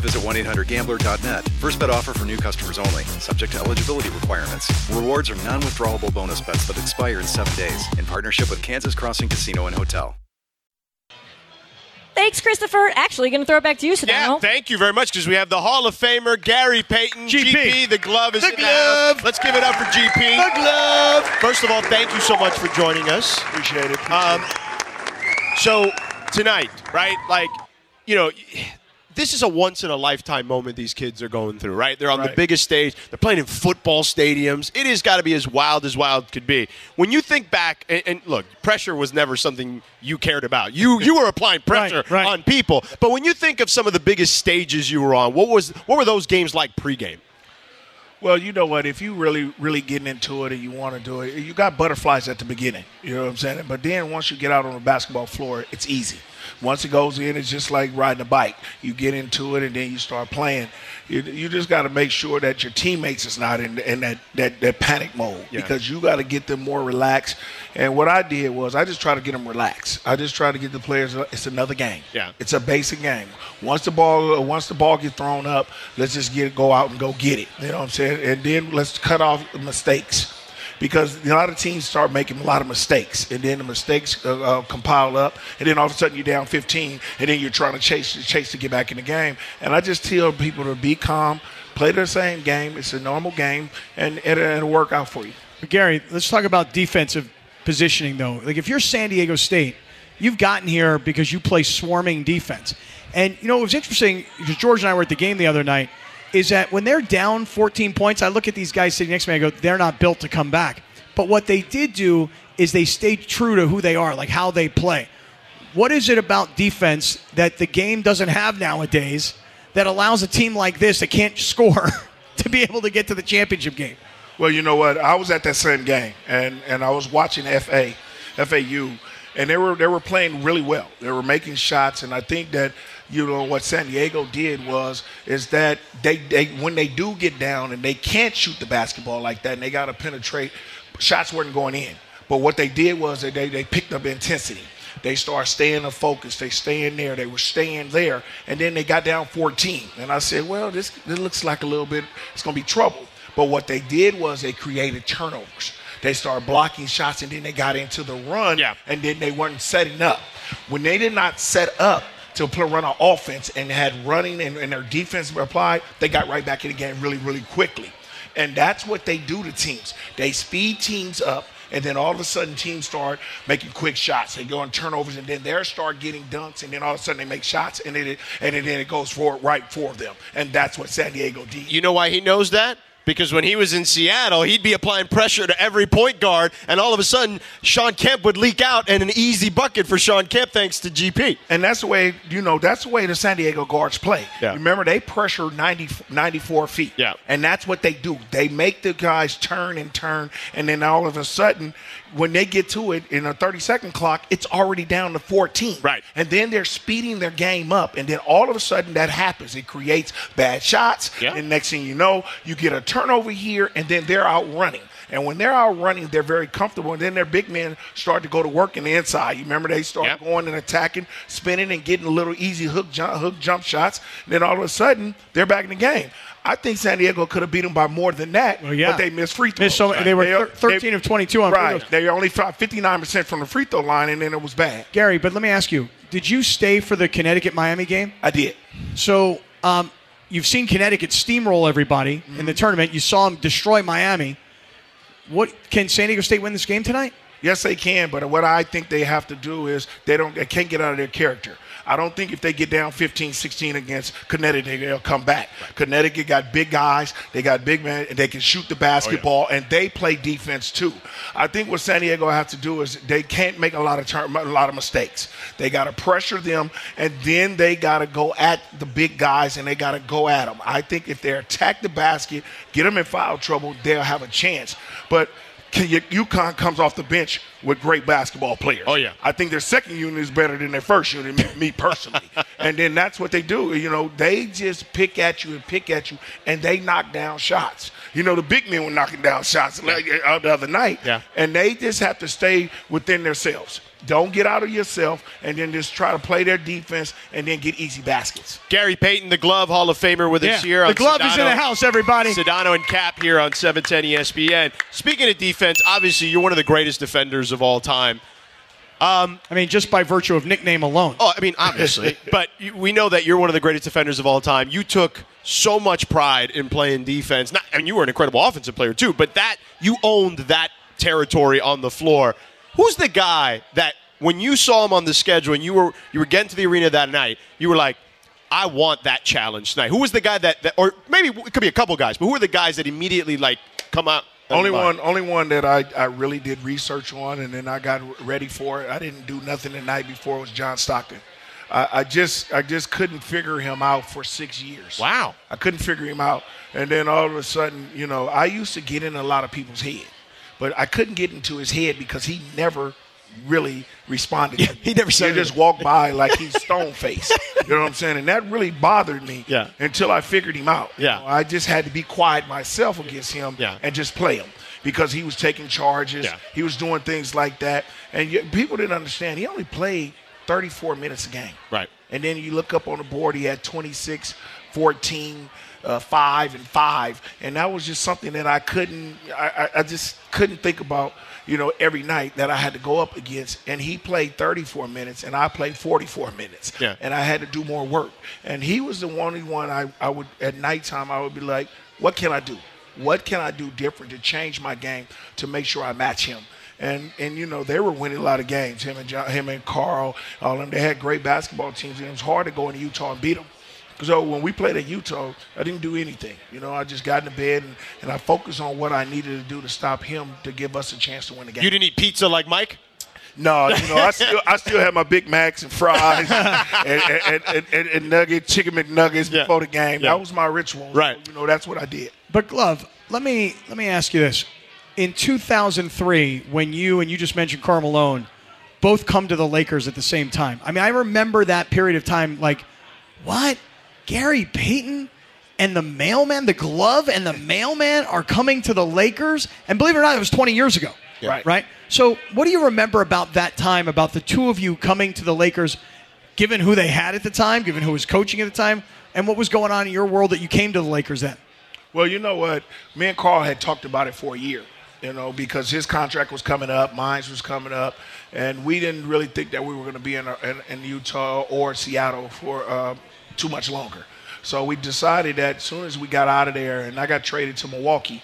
S9: visit 1 800 Gambler.net. First bet offer for new customers only, subject to eligibility requirements. Rewards are non withdrawable bonus bets that expire in seven days in partnership with Kansas Crossing Casino and Hotel.
S6: Thanks, Christopher. Actually, going to throw it back to you,
S4: Yeah,
S6: Sedano.
S4: thank you very much because we have the Hall of Famer Gary Payton.
S5: GP.
S4: the glove is
S5: The
S4: in house.
S5: glove.
S4: Let's give it up for GP.
S5: The glove.
S4: First of all, thank you so much for joining us.
S5: Appreciate it.
S4: Um, so tonight, right? Like, you know, this is a once in a lifetime moment these kids are going through, right? They're on the
S5: Right.
S4: biggest stage. They're playing in football stadiums. It has got to be as wild as wild could be. When you think back, and, and look, pressure was never something you cared about. You you were applying pressure
S5: right.
S4: on people. But when you think of some of the biggest stages you were on, what was what were those games like pregame?
S7: Well, you know what? If you really, really getting into it and you want to do it, you got butterflies at the beginning. You know what I'm saying? But then once you get out on the basketball floor, it's easy. Once it goes in, it's just like riding a bike. You get into it and then you start playing. You, you just got to make sure that your teammates is not in, in that, that, that panic mode
S4: Yeah.
S7: because you got to get them more relaxed. And what I did was I just try to get them relaxed. I just try to get the players. It's another game.
S4: Yeah.
S7: It's a basic game. Once the ball, once the ball get thrown up, let's just get go out and go get it. You know what I'm saying? And then let's cut off mistakes, because a lot of teams start making a lot of mistakes, and then the mistakes uh, uh, compile up, and then all of a sudden you're down 15, and then you're trying to chase, chase to get back in the game. And I just tell people to be calm, play the same game. It's a normal game, and, and it'll work out for you.
S5: But Gary, let's talk about defensive positioning, though. Like, if you're San Diego State, you've gotten here because you play swarming defense. And, you know, it was interesting because George and I were at the game the other night is that when they're down 14 points, I look at these guys sitting next to me, I go, they're not built to come back. But what they did do is they stayed true to who they are, like how they play. What is it about defense that the game doesn't have nowadays that allows a team like this that can't score to be able to get to the championship game?
S7: Well, you know what? I was at that same game, and, and I was watching FA, FAU, and they were they were playing really well. They were making shots, and I think that you know what San Diego did was is that they, they when they do get down and they can't shoot the basketball like that, and they got to penetrate, shots weren't going in. But what they did was that they, they picked up intensity. They started staying the focus. They staying there. They were staying there, and then they got down 14. And I said, well, this this looks like a little bit. It's gonna be trouble. But what they did was they created turnovers. They started blocking shots, and then they got into the run,
S4: Yeah.
S7: and then they weren't setting up. When they did not set up to pl- run an offense and had running and, and their defense applied, they got right back in the game really, really quickly. And that's what they do to teams. They speed teams up, and then all of a sudden, teams start making quick shots. They go on turnovers, and then they start getting dunks, and then all of a sudden, they make shots, and it and then it goes forward right for them. And that's what San Diego did.
S4: You know why he knows that? because when he was in Seattle, he'd be applying pressure to every point guard, and all of a sudden, Sean Kemp would leak out and an easy bucket for Sean Kemp thanks to GP.
S7: And that's the way, you know, that's the way the San Diego guards play.
S4: Yeah.
S7: Remember, they pressure 90, 94 feet.
S4: Yeah.
S7: And that's what they do. They make the guys turn and turn, and then all of a sudden, when they get to it in a 30 second clock, it's already down to 14.
S4: Right.
S7: And then they're speeding their game up, and then all of a sudden, that happens. It creates bad shots.
S4: Yeah.
S7: And next thing you know, you get a turnover here, and then they're out running. And when they're out running, they're very comfortable. And then their big men start to go to work in the inside. You remember they start
S4: Yep.
S7: going and attacking, spinning, and getting little easy hook jump, hook jump shots. And then all of a sudden, they're back in the game. I think San Diego could have beat them by more than that,
S5: Well, yeah.
S7: but they missed free throws.
S5: Missed so many- they were thir- 13 of 22 on free
S7: right.
S5: throws.
S7: They only shot 59% from the free throw line, and then it was bad.
S5: Gary, but let me ask you: Did you stay for the Connecticut Miami game?
S7: I did.
S5: So um, you've seen Connecticut steamroll everybody in
S7: Mm-hmm.
S5: the tournament. You saw them destroy Miami. What can San Diego State win this game tonight?
S7: Yes, they can, but what I think they have to do is they don't they can't get out of their character. I don't think if they get down 15, 16 against Connecticut, they'll come back. Connecticut got big guys, they got big men, and they can shoot
S4: Oh,
S7: the basketball, and they play defense too. I think what San Diego has to do is they can't make a lot of turn, a lot of mistakes. They got to pressure them, and then they got to go at the big guys, and they got to go at them. I think if they attack the basket, get them in foul trouble, they'll have a chance. But can you, UConn comes off the bench with great basketball players.
S4: Oh, yeah.
S7: I think their second unit is better than their first unit, me- me personally. and then that's what they do. You know, they just pick at you and pick at you, and they knock down shots. You know, the big men were knocking down shots like, uh, the other night.
S4: Yeah.
S7: And they just have to stay within themselves. Don't get out of yourself, and then just try to play their defense, and then get easy baskets.
S4: Gary Payton, the Glove Hall of Famer, with us here.
S7: uh,
S5: the
S4: on
S5: glove is in
S4: Sedano.
S5: the house, everybody.
S4: Sedano and Cap here on E 710 ESPN. Speaking of defense, obviously you're one of the greatest defenders of all time.
S5: I mean, just by virtue of nickname alone.
S4: Oh, I mean, obviously, but you- we know that you're one of the greatest defenders of all time. You took so much pride in playing defense. Not, I mean, you were an incredible offensive player too, but that you owned that territory on the floor. Who's the guy that when you saw him on the schedule and you were you were getting to the arena that night, you were like, I want that challenge tonight. Who was the guy that, that or maybe it could be a couple guys, but who are the guys that immediately like come out? and
S7: Only
S4: buy?
S7: one, only one that I, I really did research on, and then I got ready for it. I didn't do nothing the night before. Was John Stockton? I, I just I just couldn't figure him out for six years.
S4: Wow.
S7: I couldn't figure him out, and then all of a sudden, you know, I used to get in a lot of people's head, but I couldn't get into his head because he never really responded. to me.
S4: he never said
S7: He'd just
S4: anything.
S7: walk by like he's stone faced. you know what I'm saying? And that really bothered me.
S4: Yeah.
S7: Until I figured him out. You
S4: Yeah.
S7: know, I just had to be quiet myself against him
S4: Yeah.
S7: and just play him because he was taking charges.
S4: Yeah.
S7: He was doing things like that. And you, people didn't understand. He only played 34 minutes a game.
S4: Right.
S7: And then you look up on the board, he had 26, 14, uh, 5, and 5. And that was just something that I couldn't, I, I, I just couldn't think about, you know, every night that I had to go up against. And he played 34 minutes, and I played 44 minutes.
S4: Yeah.
S7: And I had to do more work. And he was the only one I, I would, at nighttime, I would be like, what can I do? What can I do different to change my game to make sure I match him? And and you know they were winning a lot of games. Him and John, him and Carl, all of them. They had great basketball teams, and it was hard to go into Utah and beat them. So when we played at Utah, I didn't do anything. You know, I just got in the bed and, and I focused on what I needed to do to stop him to give us a chance to win the game.
S4: You didn't eat pizza like Mike.
S7: No, you know, I still I still had my Big Macs and fries and, and, and, and, and nugget, chicken McNuggets
S4: Yeah.
S7: before the game.
S4: Yeah.
S7: That was my ritual.
S4: Right.
S7: You know, that's what I did.
S5: But glove, let me let me ask you this: In 2003, when you and you just mentioned Carl Malone, both come to the Lakers at the same time. I mean, I remember that period of time. Like, what? Gary Payton and the mailman, the glove and the mailman are coming to the Lakers. And believe it or not, it was 20 years ago.
S7: Yeah. Right.
S5: Right. So, what do you remember about that time? About the two of you coming to the Lakers, given who they had at the time, given who was coaching at the time, and what was going on in your world that you came to the Lakers then?
S7: Well, you know what? Me and Carl had talked about it for a year, you know, because his contract was coming up, mine was coming up, and we didn't really think that we were going to be in, uh, in, in Utah or Seattle for uh, too much longer. So we decided that as soon as we got out of there and I got traded to Milwaukee,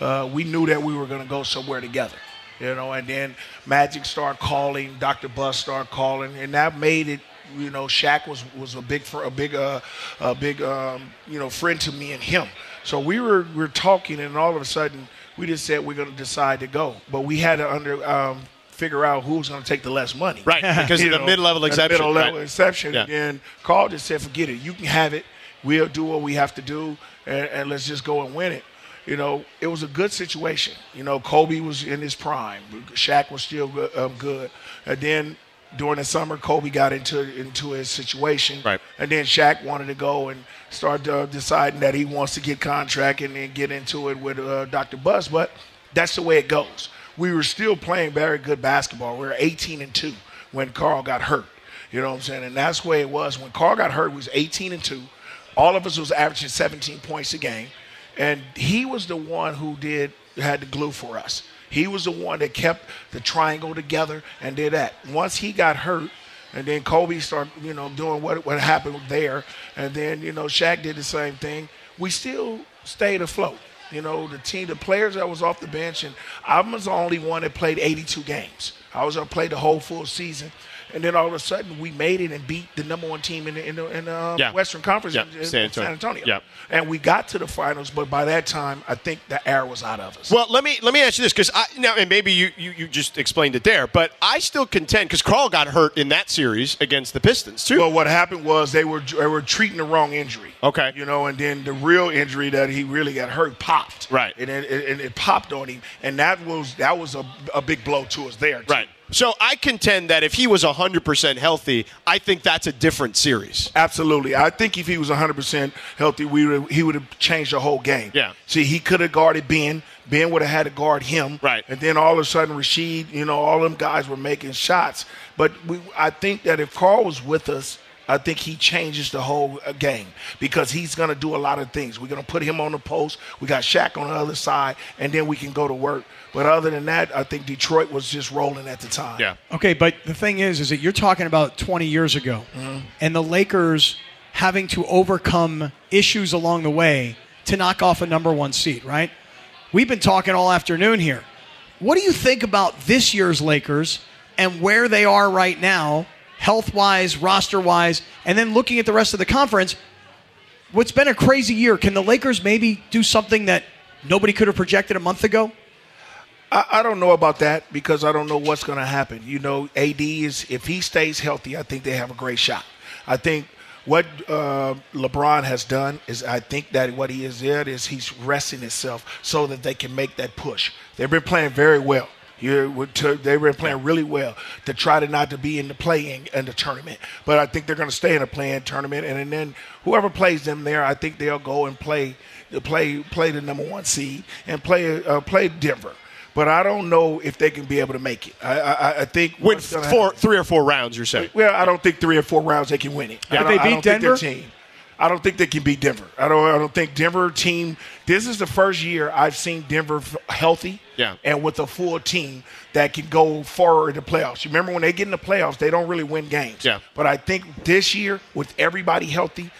S7: uh, we knew that we were going to go somewhere together. You know, and then Magic started calling, Dr. Bus started calling, and that made it you know, Shaq was was a big fr- a big uh, a big um, you know friend to me and him. So we were we were talking, and all of a sudden we just said we're going to decide to go, but we had to under um, figure out who's going to take the less money,
S4: Right, because
S7: You
S4: of the mid-level
S7: and the
S4: exception,
S7: Middle level
S4: right.
S7: exception,
S4: Yeah.
S7: and Carl just said, forget it, you can have it. We'll do what we have to do, and, and let's just go and win it. You know, it was a good situation. You know, Kobe was in his prime. Shaq was still go- um, good. And then during the summer, Kobe got into into his situation.
S4: Right.
S7: And then Shaq wanted to go and start uh, deciding that he wants to get contract and then get into it with uh, Dr. Buzz. But that's the way it goes. We were still playing very good basketball. We were 18 and two when Carl got hurt. You know what I'm saying? And that's the way it was. When Carl got hurt, we was 18 and two. All of us was averaging 17 points a game, and he was the one who did had the glue for us. He was the one that kept the triangle together and did that. Once he got hurt, and then Kobe started, you know, doing what what happened there, and then you know Shaq did the same thing. We still stayed afloat. You know, the team, the players that was off the bench, and I was the only one that played 82 games. I was gonna play the whole full season, and then all of a sudden we made it and beat the number one team in the in the, in the uh,
S4: Yeah.
S7: Western Conference,
S4: Yeah,
S7: in- in
S4: San Antonio.
S7: San Antonio.
S4: Yeah.
S7: And we got to the finals, but by that time, I think the air was out of us.
S4: Well, let me let me ask you this because I now and maybe you, you you just explained it there, but I still contend because Carl got hurt in that series against the Pistons too.
S7: Well, what happened was they were they were treating the wrong injury.
S4: Okay.
S7: You know, and then the real injury that he really got hurt popped.
S4: Right.
S7: And it, it, and it popped on him, and that was that was a, a big blow to us there. too.
S4: right. So I contend that if he was 100% healthy, I think that's a different series.
S7: Absolutely. I think if he was 100% healthy, we would, he would have changed the whole game.
S4: Yeah.
S7: See, he could have guarded Ben. Ben would have had to guard him.
S4: Right.
S7: And then all of a sudden, Rashid, you know, all them guys were making shots. But we, I think that if Carl was with us, I think he changes the whole uh, game because he's going to do a lot of things. We're going to put him on the post. We got Shaq on the other side, and then we can go to work. But other than that, I think Detroit was just rolling at the time.
S4: Yeah.
S5: Okay, but the thing is, is that you're talking about 20 years ago, and the Lakers having to overcome issues along the way to knock off a number one seed, right? We've been talking all afternoon here. What do you think about this year's Lakers and where they are right now, health wise, roster wise, and then looking at the rest of the conference? What's been a crazy year? Can the Lakers maybe do something that nobody could have projected a month ago?
S7: I, I don't know about that because I don't know what's going to happen. You know, AD is if he stays healthy, I think they have a great shot. I think what uh, LeBron has done is I think that what he is did is he's resting himself so that they can make that push. They've been playing very well. You would to, they've been playing really well to try to not to be in the playing in the tournament, but I think they're going to stay in the playing tournament, and, and then whoever plays them there, I think they'll go and play, play, play the number one seed and play, uh, play Denver but I don't know if they can be able to make it. I I, I think
S4: Win
S7: what's gonna
S4: four,
S7: happen-
S4: three or four rounds, you're saying.
S7: well, I don't think three or four rounds they can win it.
S5: Yeah.
S7: I don't,
S5: Could they
S7: I
S5: beat
S7: don't think their
S5: Denver?
S7: team. I don't think they can beat Denver. I don't. I don't think Denver team. This is the first year I've seen Denver f- healthy.
S4: Yeah.
S7: And with a full team that can go far in the playoffs. You remember when they get in the playoffs, they don't really win games.
S4: Yeah.
S7: But I think this year with everybody healthy.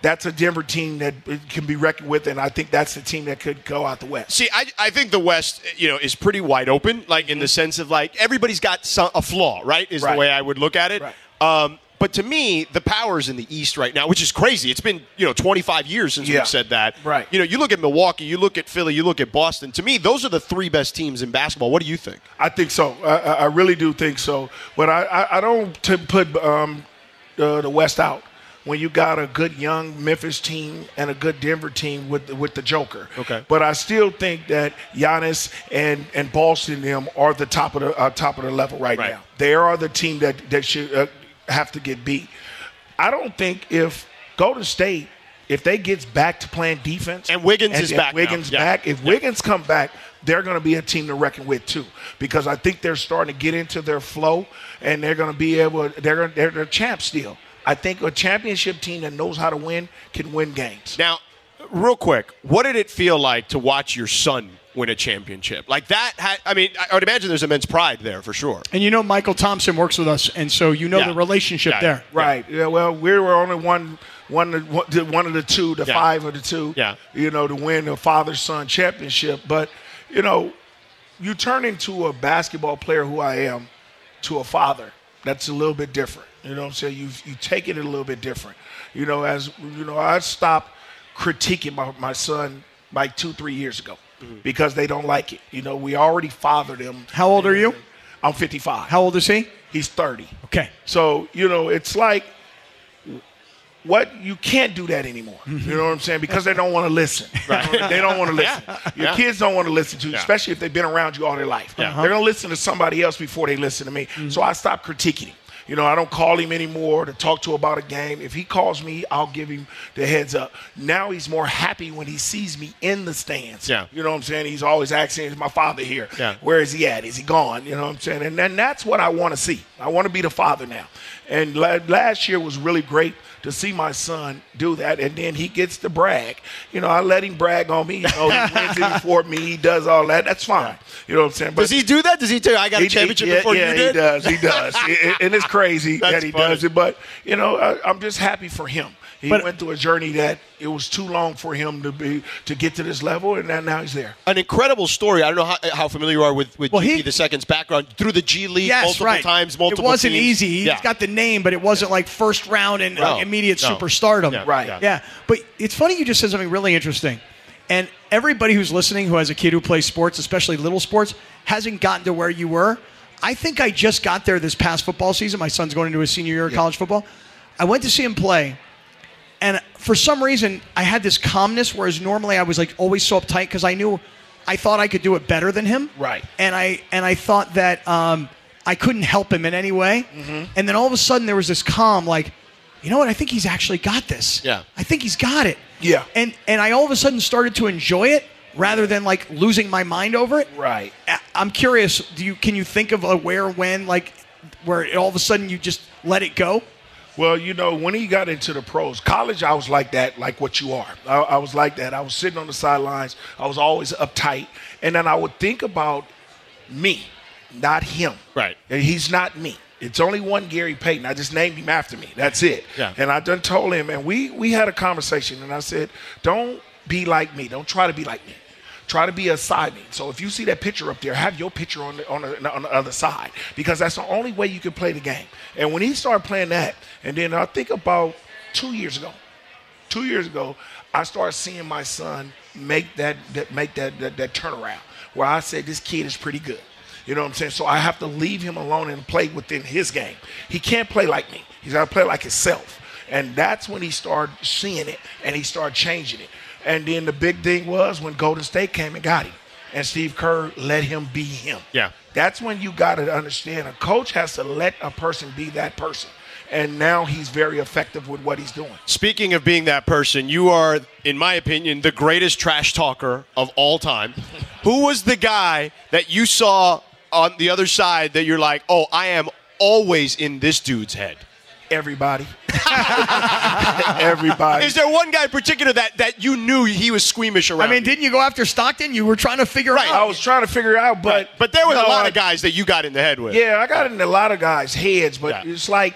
S7: That's a Denver team that it can be reckoned with, and I think that's the team that could go out the West.
S4: See, I, I think the West, you know, is pretty wide open, like in
S5: Mm-hmm.
S4: the sense of like everybody's got some, a flaw, right? Is
S7: Right.
S4: the way I would look at it.
S7: Right.
S4: Um, but to me, the power's in the East right now, which is crazy. It's been you know 25 years since
S7: Yeah.
S4: we've said that.
S7: Right.
S4: You know, you look at Milwaukee, you look at Philly, you look at Boston. To me, those are the three best teams in basketball. What do you think?
S7: I think so. I, I I really do think so. But I, I, I don't t- put um, the, the West out when you got a good young Memphis team and a good Denver team with the- with the Joker.
S4: Okay.
S7: But I still think that Giannis and and Boston them are the top of the uh, top of the level right,
S4: Right.
S7: now. They are the team that that should uh, have to get beat. I don't think if Golden State if they gets back to playing defense
S4: And Wiggins is back now.
S7: Wiggins
S4: Yeah.
S7: back if Wiggins come back, they're going to be a team to reckon with too, because I think they're starting to get into their flow, and they're going to be able. They're gonna, they're, they're champs still. I think a championship team that knows how to win can win games.
S4: Now, real quick, what did it feel like to watch your son win a championship? Like that, ha- I mean, I would imagine there's immense pride there for sure.
S5: And you know Michael Thompson works with us, and so you know
S4: Yeah.
S5: the relationship
S4: Yeah.
S5: there.
S7: Right. Yeah. Well, we were only one, one, one of the two, the
S4: Yeah.
S7: five of the two.
S4: Yeah.
S7: You know, to win the father-son championship, but you know, you turn into a basketball player who I am to a father. That's a little bit different. You know what I'm saying? You you take it a little bit different. You know, as you know, I stopped critiquing my, my son like two, three years ago because they don't like it. You know, we already father them.
S5: How old are you?
S7: I'm 55.
S5: How old is he?
S7: He's 30.
S5: Okay.
S7: So, you know, it's like what you can't do that anymore. You know what I'm saying? Because they don't want to listen.
S4: Mm-hmm. Right.
S7: They don't want to listen.
S4: Yeah.
S7: Your
S4: Yeah.
S7: kids don't want to listen to you,
S4: Yeah.
S7: especially if they've been around you all their life.
S4: Yeah. Mm-hmm.
S7: They're going to listen to somebody else before they listen to me. So I stopped critiquing him. You know, I don't call him anymore to talk to about a game. If he calls me, I'll give him the heads up. Now he's more happy when he sees me in the stands.
S4: Yeah.
S7: You know what I'm saying? He's always asking, is my father here?
S4: Yeah.
S7: Where is he at? Is he gone? You know what I'm saying? And, and that's what I want to see. I want to be the father now. And la- last year was really great to see my son do that. And then he gets to brag. You know, I let him brag on me. You know, he wins it before me. He does all that. That's fine. You know what I'm saying?
S4: Does he do that? Does he tell you I got a
S7: He-
S4: championship
S7: yeah,
S4: before
S7: yeah,
S4: you did?
S7: he does. He does. I- I- and it's crazy
S4: That's
S7: that he
S4: funny.
S7: does it. But, you know, I, I'm just happy for him. He
S5: But-
S7: went through a journey that it was too long for him to be to get to this level, and now- now he's there.
S4: An incredible story. I don't know how, how familiar you are with with
S5: Well,
S4: GP
S5: he-
S4: the second's background through the G League
S5: Yes,
S4: multiple
S5: right.
S4: times, multiple.
S5: It wasn't
S4: teams.
S5: easy. He
S4: Yeah.
S5: has got the name, but it wasn't like first round and
S4: No,
S5: like, immediate
S4: no.
S5: superstardom.
S4: Yeah,
S7: Right.
S5: Yeah.
S7: yeah.
S5: But it's funny you just said something really interesting. And everybody who's listening who has a kid who plays sports, especially little sports, hasn't gotten to where you were. I think I just got there this past football season. My son's going into his senior year of college football. I went to see him play, and for some reason, I had this calmness, whereas normally I was like always so uptight because I knew, I thought I could do it better than him.
S7: Right.
S5: And I and I thought that um, I couldn't help him in any way. And then all of a sudden there was this calm, like, you know what? I think he's actually got this.
S4: Yeah.
S5: I think he's got it.
S7: Yeah.
S5: And and I all of a sudden started to enjoy it rather than like losing my mind over it.
S7: Right.
S5: I- I'm curious. Do you can you think of a where when like where it, all of a sudden you just let it go?
S7: Well, you know, when he got into the pros, college, I was like that, like what you are. I, I was like that. I was sitting on the sidelines. I was always uptight, and then I would think about me, not him.
S4: Right.
S7: And he's not me. It's only one Gary Payton. I just named him after me. That's it.
S4: Yeah.
S7: And I done told him, and we we had a conversation, and I said, don't be like me. Don't try to be like me. Try to be a side me. So if you see that picture up there, have your picture on the, on, the, on the other side because that's the only way you can play the game. And when he started playing that, and then I think about two years ago, two years ago, I started seeing my son make that, that make that, that that turnaround where I said this kid is pretty good. You know what I'm saying? So I have to leave him alone and play within his game. He can't play like me. He's got to play like himself. And that's when he started seeing it and he started changing it. And then the big thing was when Golden State came and got him, and Steve Kerr let him be him.
S4: Yeah.
S7: That's when you got to understand a coach has to let a person be that person. And now he's very effective with what he's doing.
S4: Speaking of being that person, you are, in my opinion, the greatest trash talker of all time. Who was the guy that you saw on the other side that you're like, oh, I am always in this dude's head?
S7: Everybody. Everybody.
S4: Is there one guy in particular that, that you knew he was squeamish around?
S5: I mean,
S4: you?
S5: didn't you go after Stockton? You were trying to figure
S4: Right.
S5: out.
S7: I was trying to figure it out, but
S4: but but there was
S7: uh, no,
S4: a lot
S7: I-
S4: of guys that you got in the head with.
S7: Yeah, I got in a lot of guys' heads, but
S4: Yeah.
S7: it's like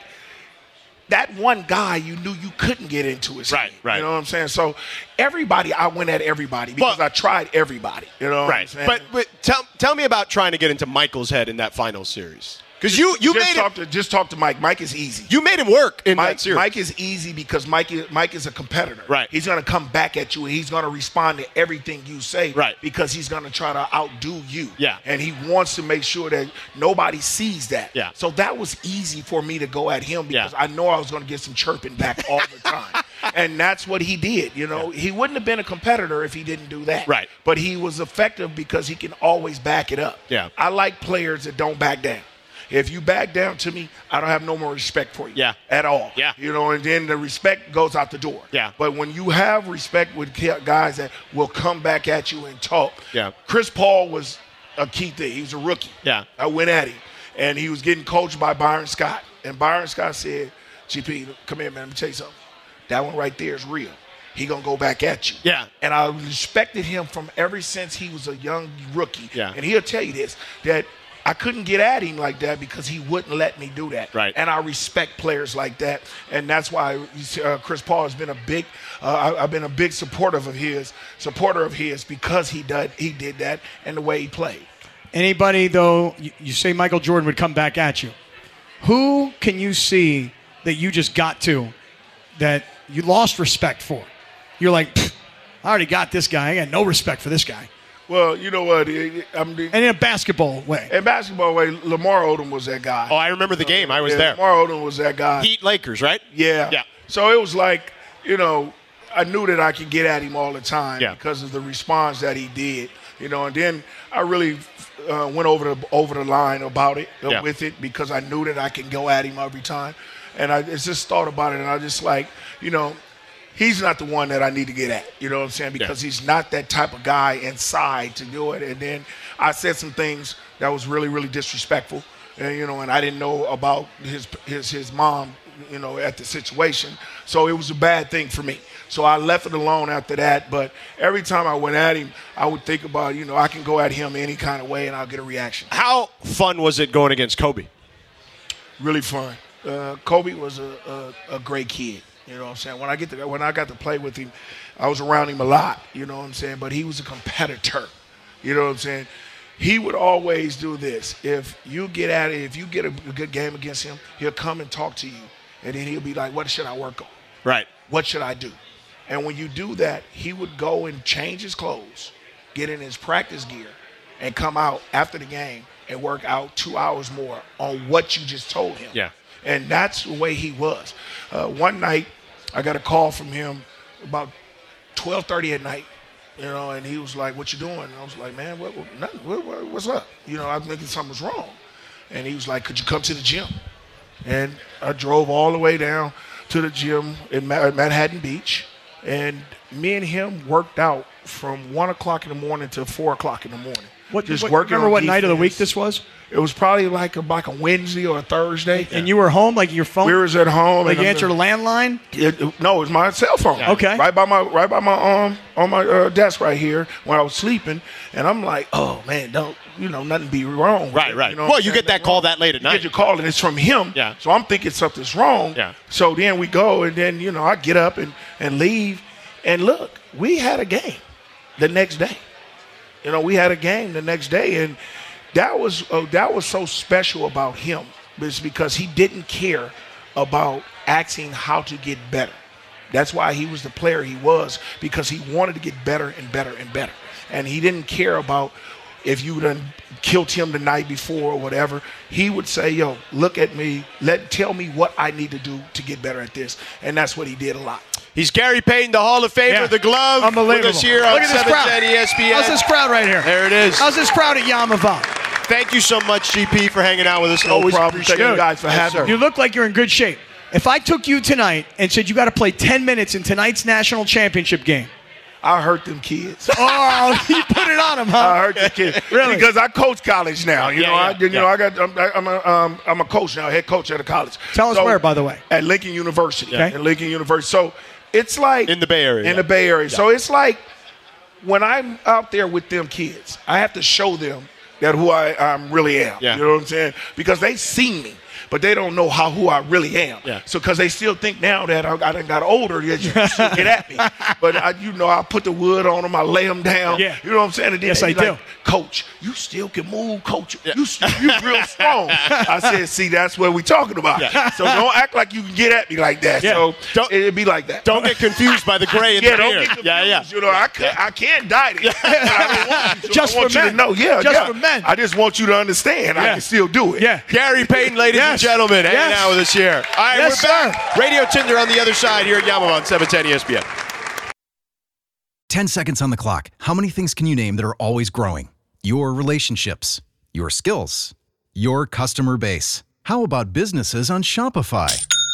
S7: that one guy you knew you couldn't get into his
S4: Right,
S7: head,
S4: right.
S7: You know what I'm saying? So everybody, I went at everybody because
S4: But-
S7: I tried everybody. You know, what I'm
S4: right.
S7: saying?
S4: But, but tell tell me about trying to get into Michael's head in that final series because you you
S7: just
S4: made
S7: talk
S4: him,
S7: to just talk to Mike. Mike is easy.
S4: you made him work in
S7: Mike,
S4: that series.
S7: Mike is easy because Mike is, Mike is a competitor.
S4: Right.
S7: He's going to come back at you and he's going to respond to everything you say.
S4: Right.
S7: Because he's going to try to outdo you.
S4: Yeah.
S7: And he wants to make sure that nobody sees that.
S4: Yeah.
S7: So that was easy for me to go at him because
S4: Yeah.
S7: I know I was going to get some chirping back all the time. and that's what he did. You know, he wouldn't have been a competitor if he didn't do that.
S4: Right.
S7: But he was effective because he can always back it up.
S4: Yeah.
S7: I like players that don't back down. If you back down to me, I don't have no more respect for you
S4: Yeah.
S7: at all.
S4: Yeah.
S7: You know, and then the respect goes out the door.
S4: Yeah.
S7: But when you have respect with ki- guys that will come back at you and talk.
S4: Yeah.
S7: Chris Paul was a key thing. He was a rookie.
S4: Yeah.
S7: I went at him, and he was getting coached by Byron Scott, and Byron Scott said, "GP, come here, man. Let me tell you something. That one right there is real." He gonna go back at you.
S4: Yeah.
S7: and I respected him from ever since he was a young rookie.
S4: Yeah.
S7: and he'll tell you this that I couldn't get at him like that because he wouldn't let me do that.
S4: Right.
S7: And I respect players like that, and that's why you see, uh, Chris Paul has been a big, uh, I, I've been a big supportive of his, supporter of his because he did he did that and the way he played.
S5: Anybody though, you, you say Michael Jordan would come back at you. Who can you see that you just got to that you lost respect for? You're like, "Pfft, I already got this guy. I got no respect for this guy.
S7: Well, you know what? I- I'm the,
S5: And in a basketball way.
S7: in basketball way, Lamar Odom was that guy.
S4: Oh, I remember the game. I was
S7: yeah,
S4: there.
S7: Lamar Odom was that guy.
S4: Heat Lakers, right?
S7: Yeah.
S4: Yeah.
S7: So it was like, you know, I knew that I could get at him all the time
S4: Yeah.
S7: because of the response that he did, you know. And then I really uh, went over the over the line about it uh,
S4: Yeah.
S7: with it because I knew that I could go at him every time, and I it's just thought about it, and I just like, you know. He's not the one that I need to get at, you know what I'm saying? Because he's not that type of guy inside to do it. And then I said some things that was really, really disrespectful and you know, and I didn't know about his his his mom, you know, at the situation. So it was a bad thing for me. So I left it alone after that. But every time I went at him, I would think about, you know, I can go at him any kind of way, and I'll get a reaction.
S4: How fun was it going against Kobe?
S7: Really fun. Uh, Kobe was a, a, a great kid. You know what I'm saying? When I get to, when I got to play with him, I was around him a lot. You know what I'm saying? But he was a competitor. You know what I'm saying? He would always do this. If you get at it, if you get a good game against him, he'll come and talk to you, and then he'll be like, "What should I work on?
S4: Right.
S7: What should I do?" And when you do that, he would go and change his clothes, get in his practice gear, and come out after the game and work out two hours more on what you just told him
S4: Yeah.
S7: and that's the way he was. Uh, one night, I got a call from him about 12:30 at night, you know, and he was like, "What you doing?" And I was like, "Man, what, what, nothing. What, what, what's up?" You know, I'm thinking something's wrong, and he was like, "Could you come to the gym?" And I drove all the way down to the gym in Ma- uh, Manhattan Beach, and me and him worked out from one o'clock in the morning to four o'clock in the morning.
S5: What,
S7: just
S5: what-
S7: working
S5: remember
S7: on
S5: what night of the week
S7: defense.
S5: this was?
S7: It was probably like a, like a Wednesday or a Thursday.
S5: And you were home, like your phone.
S7: We was at home.
S5: like
S7: and
S5: you
S7: I'm-
S5: answered a landline.
S7: It- no, it was my cell phone.
S5: Okay.
S7: Right by my right by my arm on my uh, desk right here when I was sleeping, and I'm like, oh man, don't you know nothing be wrong. with
S4: Right,
S7: it,
S4: right.
S7: You know
S4: Well,
S7: what I'm
S4: you
S7: saying?
S4: get that
S7: Nothing
S4: call
S7: wrong.
S4: that late at
S7: You
S4: night.
S7: Get your call and it's from him.
S4: Yeah.
S7: So I'm thinking something's wrong.
S4: Yeah.
S7: So then we go and then you know I get up and and leave, and look, we had a game the next day. You know, we had a game the next day, and that was oh, that was so special about him is because he didn't care about asking how to get better. That's why he was the player he was because he wanted to get better and better and better, and he didn't care about if you done killed him the night before or whatever. He would say, "Yo, look at me. Let tell me what I need to do to get better at this," and that's what he did a lot.
S4: He's Gary Payton, the Hall of Famer,
S5: Yeah.
S4: the glove.
S5: Unbelievable.
S4: With us here on
S5: Look at this crowd.
S4: 710 ESPN.
S5: How's this crowd right here?
S4: There it is.
S5: How's this crowd at Yamava?
S4: Thank you so much, GP, for hanging out with us.
S7: No
S4: Always
S7: problem.
S4: appreciate
S7: Thank you
S4: it.
S7: guys for
S4: Yes,
S7: having
S4: sir.
S7: me.
S5: You look like you're in good shape. If I took you tonight and said you got to play 10 minutes in tonight's national championship game,
S7: I hurt them kids.
S5: oh, you put it on him, huh?
S7: I heard the kid.
S5: Really?
S7: Because I coach college now. You
S4: Yeah,
S7: know, I,
S4: yeah,
S7: you know,
S4: yeah.
S7: I got. I'm, I'm a, um, I'm a coach now, head coach at a college.
S5: Tell us where, by the way.
S7: At Lincoln University.
S5: Okay.
S7: At Lincoln University. So it's like
S4: In the Bay Area,
S7: In
S4: yeah.
S7: the Bay Area. So it's like when I'm out there with them kids, I have to show them that who I I'm really am.
S4: Yeah.
S7: You know what I'm saying? Because they see me. But they don't know how who I really am.
S4: Yeah.
S7: So because they still think now that I, I done got older, that you can still get at me. But I, you know, I put the wood on them, I lay them down.
S5: Yeah.
S7: You know what I'm saying? And then
S5: Yes,
S7: they
S5: I
S7: be like,
S5: do.
S7: Coach, you still can move, coach. You still, you real strong. I said, see, that's what we talking about. So don't act like you can get at me like that.
S4: Yeah.
S7: So
S4: Don't-
S7: it'd be like that.
S4: Don't get confused by the gray in
S7: yeah,
S4: the
S7: don't
S4: beard.
S7: get confused.
S4: yeah, yeah.
S7: You know, I can I can diet it. but I don't want you to.
S5: Just
S7: I want
S5: for
S7: you
S5: men.
S7: to know. Yeah,
S5: Just
S7: yeah.
S5: for men.
S7: I just want you to understand. I
S5: Yeah.
S7: can still do it.
S5: Yeah.
S4: Gary Payton, ladies and
S5: Yes.
S4: gentlemen, hanging
S5: Yes.
S4: out with us here. All right,
S5: Yes,
S4: we're back. Radio Tinder on the other side here at Yamaha on 710 ESPN.
S9: 10 seconds on the clock. How many things can you name that are always growing? Your relationships, your skills, your customer base. How about businesses on Shopify?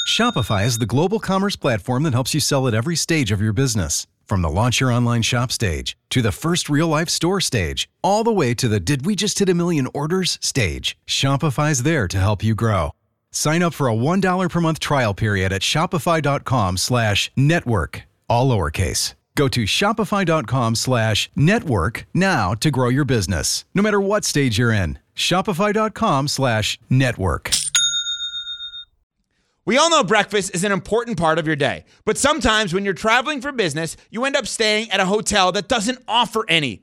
S9: Shopify is the global commerce platform that helps you sell at every stage of your business. From the launch your online shop stage to the first real life store stage, all the way to the did we just hit a million orders stage, Shopify's there to help you grow. Sign up for a $1 per month trial period at Shopify.com slash network. All lowercase. Go to Shopify.com slash network now to grow your business. No matter what stage you're in. Shopify.com slash network.
S11: We all know breakfast is an important part of your day, but sometimes when you're traveling for business, you end up staying at a hotel that doesn't offer any.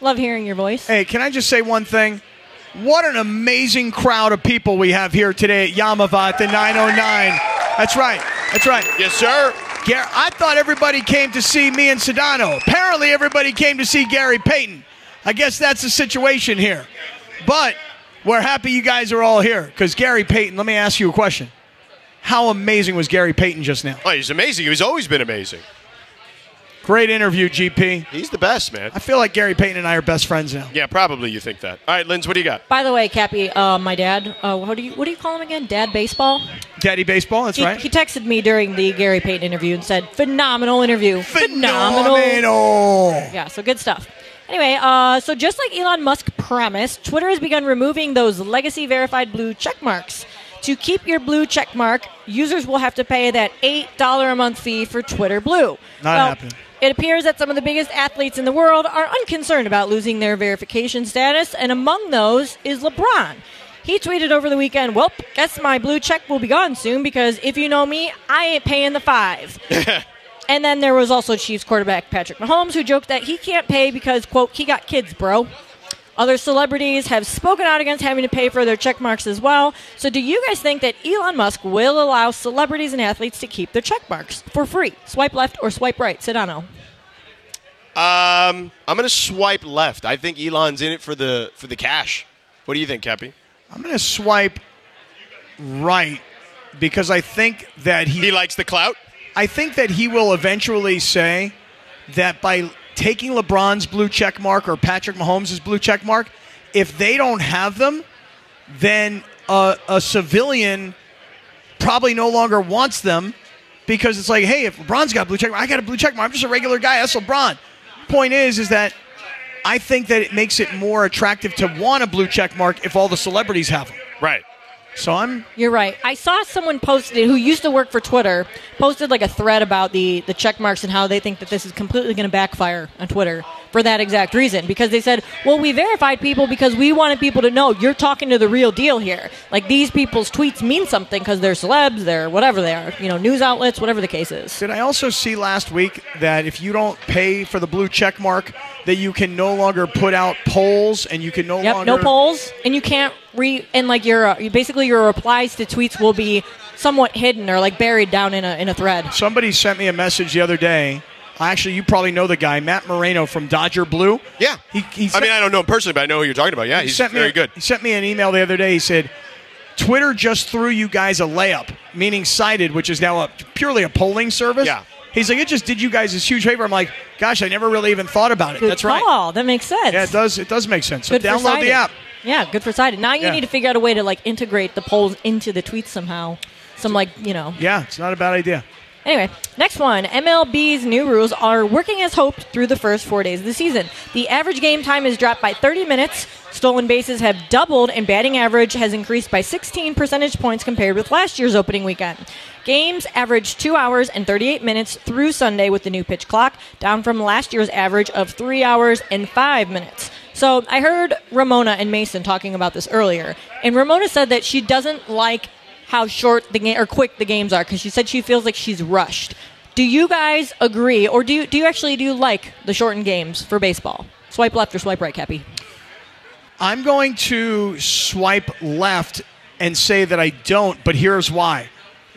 S6: Love hearing your voice.
S5: Hey, can I just say one thing? What an amazing crowd of people we have here today at Yamavat, the 909. That's right. That's right.
S4: Yes, sir.
S5: Gar- I thought everybody came to see me and Sedano. Apparently, everybody came to see Gary Payton. I guess that's the situation here. But we're happy you guys are all here because Gary Payton, let me ask you a question. How amazing was Gary Payton just now?
S4: Oh, he's amazing. He's always been amazing.
S5: Great interview, GP.
S4: He's the best, man.
S5: I feel like Gary Payton and I are best friends now.
S4: Yeah, probably you think that. All right, Linz, what do you got?
S6: By the way, Cappy, uh, my dad, uh, what do you what do you call him again? Dad baseball.
S5: Daddy Baseball, that's
S6: he,
S5: right.
S6: He texted me during the Gary Payton interview and said, "Phenomenal interview. Phenomenal.
S5: Phenomenal.
S6: Yeah, so good stuff." Anyway, uh, so just like Elon Musk promised, Twitter has begun removing those legacy verified blue check marks. To keep your blue check mark, users will have to pay that $8 a month fee for Twitter Blue.
S5: Not happening.
S6: It appears that some of the biggest athletes in the world are unconcerned about losing their verification status, and among those is LeBron. He tweeted over the weekend, Well, guess my blue check will be gone soon because if you know me, I ain't paying the five. and then there was also Chiefs quarterback Patrick Mahomes, who joked that he can't pay because, quote, he got kids, bro. Other celebrities have spoken out against having to pay for their check marks as well. So, do you guys think that Elon Musk will allow celebrities and athletes to keep their check marks for free? Swipe left or swipe right? Sedano.
S4: Um, I'm gonna swipe left. I think Elon's in it for the for the cash. What do you think, Cappy?
S5: I'm going to swipe right because I think that he
S4: He likes the clout.
S5: I think that he will eventually say that by taking LeBron's blue check mark or Patrick Mahomes' blue check mark, if they don't have them, then a, a civilian probably no longer wants them because it's like, hey, if LeBron's got a blue check mark, I got a blue check mark. I'm just a regular guy. That's LeBron. Point is, is that I think that it makes it more attractive to want a blue check mark if all the celebrities have them.
S4: Right.
S5: So I'm
S6: You're right. I saw someone posted who used to work for Twitter posted like a thread about the the check marks and how they think that this is completely going to backfire on Twitter for that exact reason because they said, "Well, we verified people because we wanted people to know you're talking to the real deal here. Like these people's tweets mean something because they're celebs, they're whatever they are, you know, news outlets, whatever the case is."
S5: Did I also see last week that if you don't pay for the blue check mark, that you can no longer put out polls and you can no
S6: Yep,
S5: longer
S6: no polls, and you can't re and like your uh, basically your replies to tweets will be somewhat hidden or like buried down in a in a thread.
S5: Somebody sent me a message the other day. Actually, you probably know the guy, Matt Moreno from Dodger Blue.
S4: Yeah.
S5: He, he
S4: I
S5: sent-
S4: mean, I don't know him personally, but I know who you're talking about. Yeah,
S5: he
S4: he's
S5: sent me
S4: very
S5: a-
S4: good.
S5: He sent me an email the other day. He said, "Twitter just threw you guys a layup, meaning cited, which is now a, purely a polling service."
S4: Yeah.
S5: He's like, "It just did you guys this huge favor." I'm like, "Gosh, I never really even thought about it."
S6: Good
S5: That's right.
S6: call. That makes sense.
S5: Yeah, it does. It does make sense. So
S6: Good for
S5: download
S6: Sidon.
S5: the app.
S6: Yeah, good for Sidon. Now you
S5: Yeah.
S6: need to figure out a way to like integrate the polls into the tweets somehow. Some like you know.
S5: Yeah, it's not a bad idea.
S6: Anyway, next one. MLB's new rules are working as hoped through the first four days of the season. The average game time is dropped by 30 minutes. Stolen bases have doubled, and batting average has increased by 16 percentage points compared with last year's opening weekend. Games average 2 hours and 38 minutes through Sunday with the new pitch clock, down from last year's average of 3 hours and 5 minutes. So I heard Ramona and Mason talking about this earlier, and Ramona said that she doesn't like how short the game or quick the games are because she said she feels like she's rushed. Do you guys agree, or do you, do you actually do you like the shortened games for baseball? Swipe left or swipe right, Cappy.
S5: I'm going to swipe left and say that I don't, but here's why.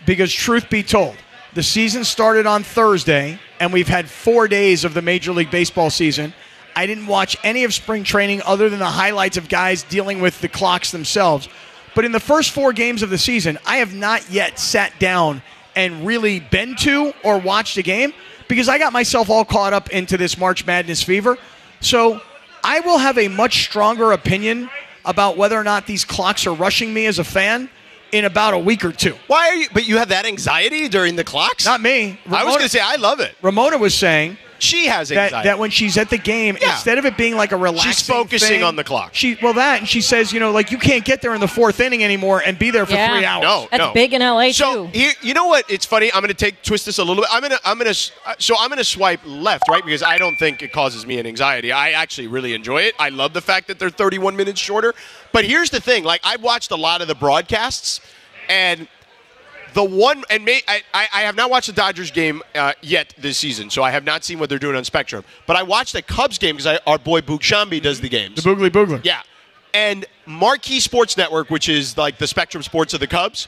S5: Because, truth be told, the season started on Thursday, and we've had four days of the Major League Baseball season. I didn't watch any of spring training other than the highlights of guys dealing with the clocks themselves. But in the first four games of the season, I have not yet sat down and really been to or watched a game because I got myself all caught up into this March Madness fever. So I will have a much stronger opinion about whether or not these clocks are rushing me as a fan in about a week or two.
S4: Why are you? But you have that anxiety during the clocks?
S5: Not me.
S4: I was
S5: Ramona-
S4: gonna say I love it.
S5: Ramona was saying
S4: She has
S5: that,
S4: anxiety.
S5: that when she's at the game,
S4: Yeah.
S5: instead of it being like a relaxing,
S4: She's focusing
S5: thing,
S4: on the clock.
S5: She well that, and she says, you know, like you can't get there in the fourth inning anymore and be there for
S6: Yeah.
S5: three hours.
S4: No, That's no. big
S6: in LA
S4: so here, you know what? It's funny. I'm going to take twist this a little bit. I'm going to I'm going to so I'm going to swipe left, right? Because I don't think it causes me an anxiety. I actually really enjoy it. I love the fact that they're 31 minutes shorter. But here's the thing: like I watched a lot of the broadcasts, and the one and may, I, I I have not watched the Dodgers game uh, yet this season, so I have not seen what they're doing on Spectrum. But I watched the Cubs game because our boy Bukshambi does the games.
S5: The boogly boogler.
S4: Yeah. And Marquee Sports Network, which is like the Spectrum Sports of the Cubs,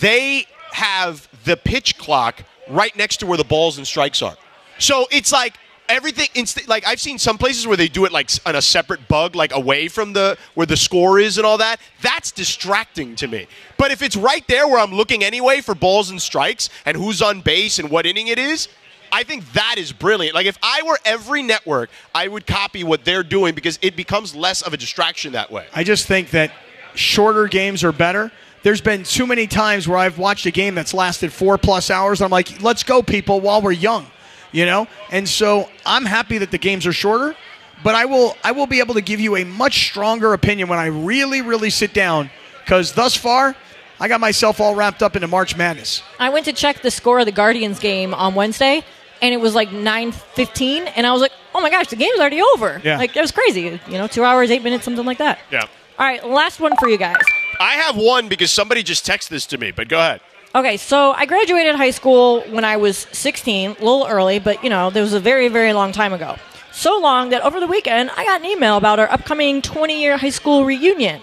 S4: they have the pitch clock right next to where the balls and strikes are. So it's like everything inst- like I've seen some places where they do it like s- on a separate bug like away from the where the score is and all that. That's distracting to me. But if it's right there where I'm looking anyway for balls and strikes and who's on base and what inning it is, I think that is brilliant. Like if I were every network, I would copy what they're doing because it becomes less of a distraction that way.
S5: I just think that shorter games are better. There's been too many times where I've watched a game that's lasted four plus hours. I'm like, let's go, people, while we're young, you know. And so I'm happy that the games are shorter, but I will I will be able to give you a much stronger opinion when I really really sit down, because thus far, I got myself all wrapped up into March Madness.
S6: I went to check the score of the Guardians game on Wednesday, and it was like nine fifteen, and I was like, "Oh my gosh, the game's already over!"
S4: Yeah.
S6: Like it was crazy. You know, two hours, eight minutes, something like that.
S4: Yeah.
S6: All right, last one for you guys.
S4: I have one because somebody just texted this to me, but go ahead.
S6: Okay, so I graduated high school when I was 16, a little early, but you know, there was a very, very long time ago. So long that over the weekend, I got an email about our upcoming 20 year high school reunion.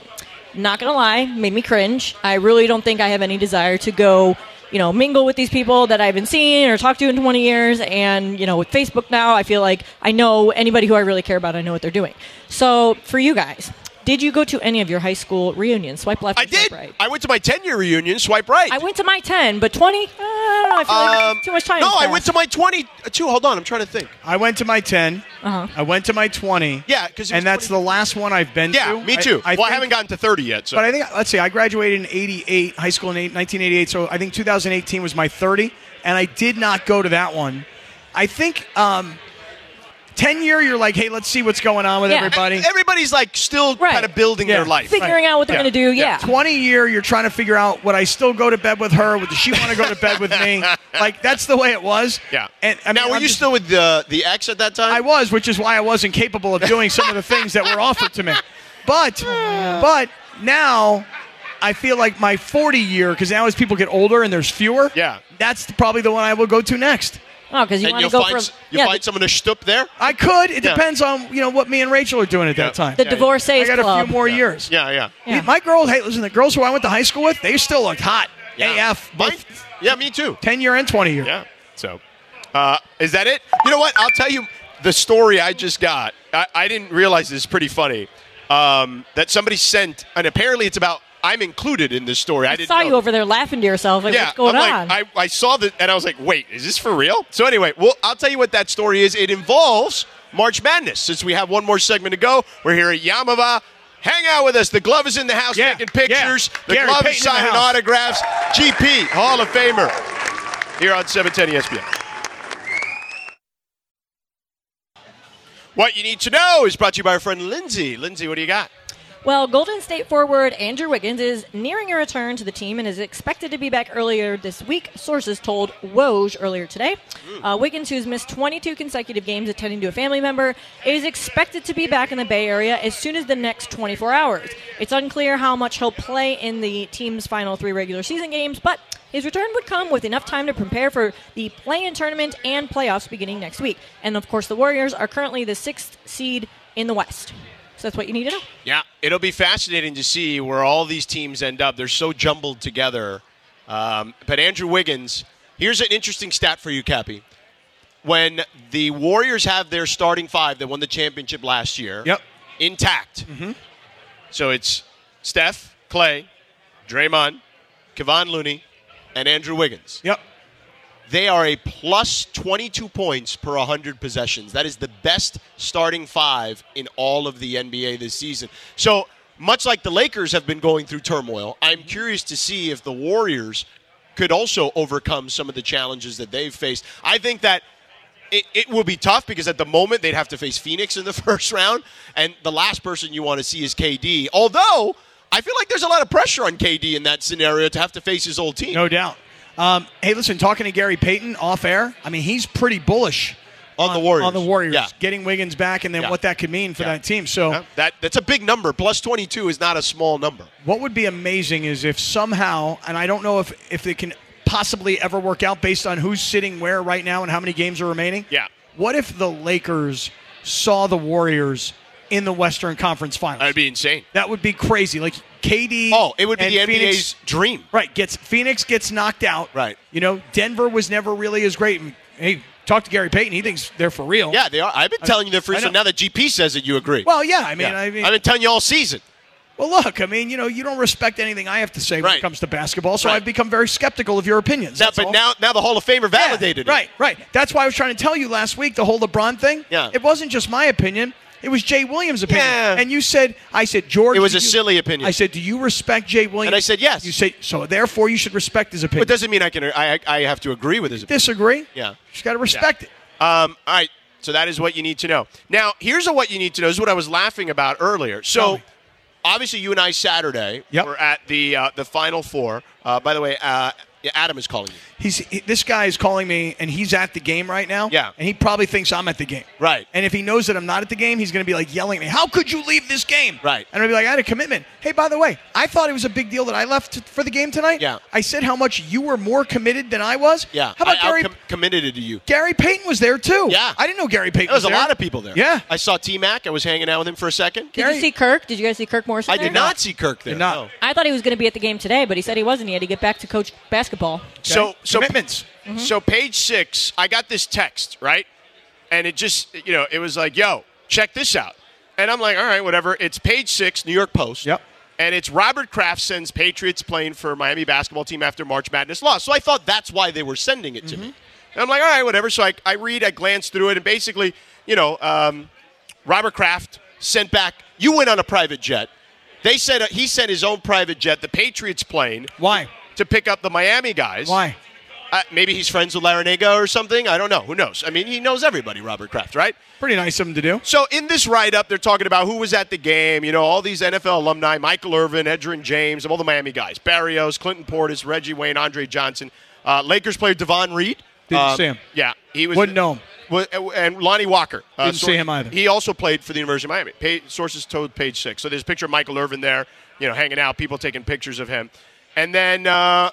S6: Not gonna lie, made me cringe. I really don't think I have any desire to go, you know, mingle with these people that I haven't seen or talked to in 20 years. And, you know, with Facebook now, I feel like I know anybody who I really care about, I know what they're doing. So for you guys, did you go to any of your high school reunions? Swipe left. I did. right.
S4: I went to my 10 year reunion, swipe right.
S6: I went to my 10, but 20? Uh, I don't know. I feel like
S4: Um,
S6: it's too much time.
S4: No,
S6: has
S4: I went
S6: passed.
S4: to my 22. Hold on, I'm trying to think.
S5: I went to my 10.
S6: Uh-huh.
S5: I went to my 20.
S4: Yeah, 'cause it was
S5: and that's the last one I've been
S4: Yeah,
S5: to.
S4: me too. well, I
S5: think-
S4: haven't gotten to 30 yet, so.
S5: But I think, let's see, I graduated in 88, high school in eight- 1988, so I think 2018 was my 30, and I did not go to that one. I think um, 10 year, you're like, hey, let's see what's going on with
S6: Yeah.
S5: everybody.
S4: Everybody's like still kind of building their life.
S6: Figuring out what they're gonna do, yeah.
S5: 20 year, you're trying to figure out would I still go to bed with her? Would she want to go to bed with me? Like, that's the way it was.
S4: Yeah.
S5: And I mean,
S4: now, were
S5: I'm
S4: you
S5: just-
S4: still with the the ex at that time?
S5: I was, which is why I wasn't capable of doing some of the things that were offered to me. But but now I feel like my 40 year, because now as people get older and there's fewer, yeah, that's probably the one I will go to next.
S6: Oh, because
S4: you And wanna you'll go find for- s- you'll yeah, find the- someone to stoop there.
S5: I could. It
S4: Yeah.
S5: depends on you know what me and Rachel are doing at that time.
S4: The Yeah, yeah.
S5: I
S4: divorcees
S5: got a
S4: club.
S5: few more
S4: Yeah.
S5: years.
S4: Yeah, yeah.
S5: My girls, hey, listen, the girls who I went to high school with, they still looked hot. AF. Both
S4: yeah, me too.
S5: 10 year and 20 year.
S4: Yeah. So, uh, is that it? You know what? I'll tell you the story I just got. I, I didn't realize this is pretty funny. Um, that somebody sent, and apparently it's about I'm included in this story. I,
S6: I
S4: didn't
S6: saw
S4: know
S6: you over there laughing to yourself. Like,
S4: yeah,
S6: what's going
S4: I'm
S6: on?
S4: Like, I, I saw that and I was like, wait, is this for real? So anyway, well, I'll tell you what that story is. It involves March Madness. Since we have one more segment to go, we're here at Yamava. Hang out with us. The glove is in the house taking pictures. The
S5: Gary
S4: glove is
S5: Payton in the
S4: signing
S5: house.
S4: autographs. GP, Hall of Famer, here on E 710 ESPN. What you need to know is brought to you by our friend Lindsay. Lindsay, what do you got?
S6: Well, Golden State forward Andrew Wiggins is nearing a return to the team and is expected to be back earlier this week, sources told Woj earlier today. Uh, Wiggins, who's missed 22 consecutive games attending to a family member, is expected to be back in the Bay Area as soon as the next 24 hours. It's unclear how much he'll play in the team's final three regular season games, but his return would come with enough time to prepare for the play in tournament and playoffs beginning next week. And of course, the Warriors are currently the sixth seed in the West. So that's what you need to know.
S4: Yeah, it'll be fascinating to see where all these teams end up. They're so jumbled together. Um, but Andrew Wiggins, here's an interesting stat for you, Cappy. When the Warriors have their starting five that won the championship last year
S5: Yep. Mm-hmm.
S4: intact, so it's Steph, Clay, Draymond, Kevon Looney, and Andrew Wiggins.
S5: Yep.
S4: They are a plus 22 points per 100 possessions. That is the best starting five in all of the NBA this season. So, much like the Lakers have been going through turmoil, I'm curious to see if the Warriors could also overcome some of the challenges that they've faced. I think that it, it will be tough because at the moment they'd have to face Phoenix in the first round, and the last person you want to see is KD. Although I feel like there's a lot of pressure on KD in that scenario to have to face his old team.
S5: No doubt. Um, hey, listen, talking to Gary Payton off air, I mean, he's pretty bullish
S4: on, the Warriors.
S5: On the Warriors,
S4: Yeah.
S5: getting Wiggins back, and then
S4: Yeah.
S5: what that could mean for
S4: Yeah.
S5: that team. So,
S4: That that's a big number. Plus 22 is not a small number.
S5: what would be amazing is if somehow, and I don't know if if it can possibly ever work out based on who's sitting where right now and how many games are remaining.
S4: Yeah.
S5: What if the Lakers saw the Warriors in the Western Conference Finals?
S4: That'd be insane.
S5: That would be crazy. Like KD.
S4: Oh, it would be
S5: and
S4: the NBA's
S5: Phoenix-
S4: dream.
S5: Right. Gets Phoenix gets knocked out.
S4: Right.
S5: You know, Denver was never really as great. And, Hey, talk to Gary Payton. He thinks they're for real.
S4: Yeah, they are. I've been
S5: I-
S4: telling you they're free.
S5: I
S4: So
S5: know.
S4: now that GP says it, you agree.
S5: Well, yeah. I mean,
S4: Yeah.
S5: I mean,
S4: I've been telling you all season.
S5: well, look. I mean, you know, you don't respect anything I have to say when it
S4: Right.
S5: comes to basketball. So
S4: Right.
S5: I've become very skeptical of your opinions.
S4: That,
S5: that's
S4: but
S5: all.
S4: now, now the Hall of Famer validated
S5: Right, right. That's why I was trying to tell you last week the whole LeBron thing.
S4: Yeah.
S5: It wasn't just my opinion. It was Jay Williams' opinion.
S4: Yeah.
S5: And you said, I said, George.
S4: It was
S5: do
S4: a
S5: you-"
S4: silly opinion.
S5: I said, do you respect Jay Williams?
S4: And I said, yes.
S5: You said, so therefore you should respect his
S4: it.
S5: opinion.
S4: But doesn't mean I can. I, I I have to agree with his opinion.
S5: Disagree?
S4: Yeah.
S5: Just got to respect it.
S4: Um, all right. So that is what you need to know. Now, here's a what you need to know. This is what I was laughing about earlier. So, obviously, you and I Saturday
S5: Yep.
S4: were at the uh, the Final Four. Uh, by the way, uh, Adam is calling you.
S5: He's he- this guy is calling me, and he's at the game right now.
S4: Yeah.
S5: and he probably thinks I'm at the game.
S4: Right.
S5: And if he knows that I'm not at the game, he's going to be like yelling at me, "How could you leave this game?"
S4: Right.
S5: And I'll be like, "I had a commitment." Hey, by the way, I thought it was a big deal that I left t- for the game tonight.
S4: Yeah.
S5: I said how much you were more committed than I was.
S4: Yeah.
S5: How about
S4: I,
S5: Gary?
S4: I com- committed it to you.
S5: Gary Payton was there too.
S4: Yeah.
S5: I didn't know Gary Payton.
S4: There was a
S5: there.
S4: lot of people there.
S5: Yeah.
S4: I saw T Mac. I was hanging out with him for a second.
S6: Did you see Kirk? Did you guys see Kirk Morrison?
S4: I
S6: there?
S4: did not see Kirk there. Oh.
S5: Did not.
S4: no.
S6: I thought he was going to be at the game today, but he said he wasn't. He had to get back to coach basketball.
S4: So, so Mm-hmm.
S5: commitments.
S4: So page six, I got this text right, and it just you know it was like, "Yo, check this out," and I'm like, "All right, whatever." It's page six, New York Post.
S5: Yep.
S4: And it's Robert Kraft sends Patriots playing for Miami basketball team after March Madness loss. So I thought that's why they were sending it to me. And I'm like, all right, whatever. So I, I read, I glance through it, and basically, you know, um, Robert Kraft sent back. You went on a private jet. They said uh, he sent his own private jet. The Patriots plane
S5: Why?
S4: to pick up the Miami guys.
S5: Why?
S4: Uh, maybe he's friends with Larinaga or something. I don't know. Who knows? I mean, he knows everybody, Robert Kraft, right?
S5: Pretty nice of him to do.
S4: So in this write-up, they're talking about who was at the game. You know, all these NFL alumni: Michael Irvin, Edrin James, all the Miami guys, Barrios, Clinton Portis, Reggie Wayne, Andre Johnson. Uh, Lakers player Devon Reed.
S5: Didn't
S4: Um,
S5: see him.
S4: Yeah, he was.
S5: Wouldn't know him.
S4: Wa- And Lonnie Walker. Uh,
S5: Didn't see him either.
S4: He also played for the University of Miami. Pa- sources told Page Six. So there's a picture of Michael Irvin there, you know, hanging out, people taking pictures of him, and then. Uh,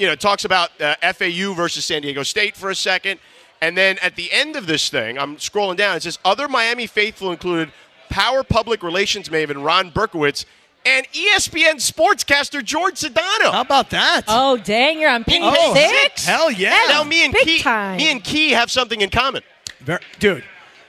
S4: you know, it talks about uh, FAU versus San Diego State for a second. And then at the end of this thing, I'm scrolling down. It says other Miami faithful included Power Public Relations Maven Ron Berkowitz and E ESPN sportscaster George Sedano.
S5: How about that?
S6: Oh, dang, you're on page
S4: Oh,
S6: six?
S5: Hell yeah.
S4: now me and
S6: big
S4: Key,
S6: time.
S4: me and Key have something in common.
S5: Ver- dude,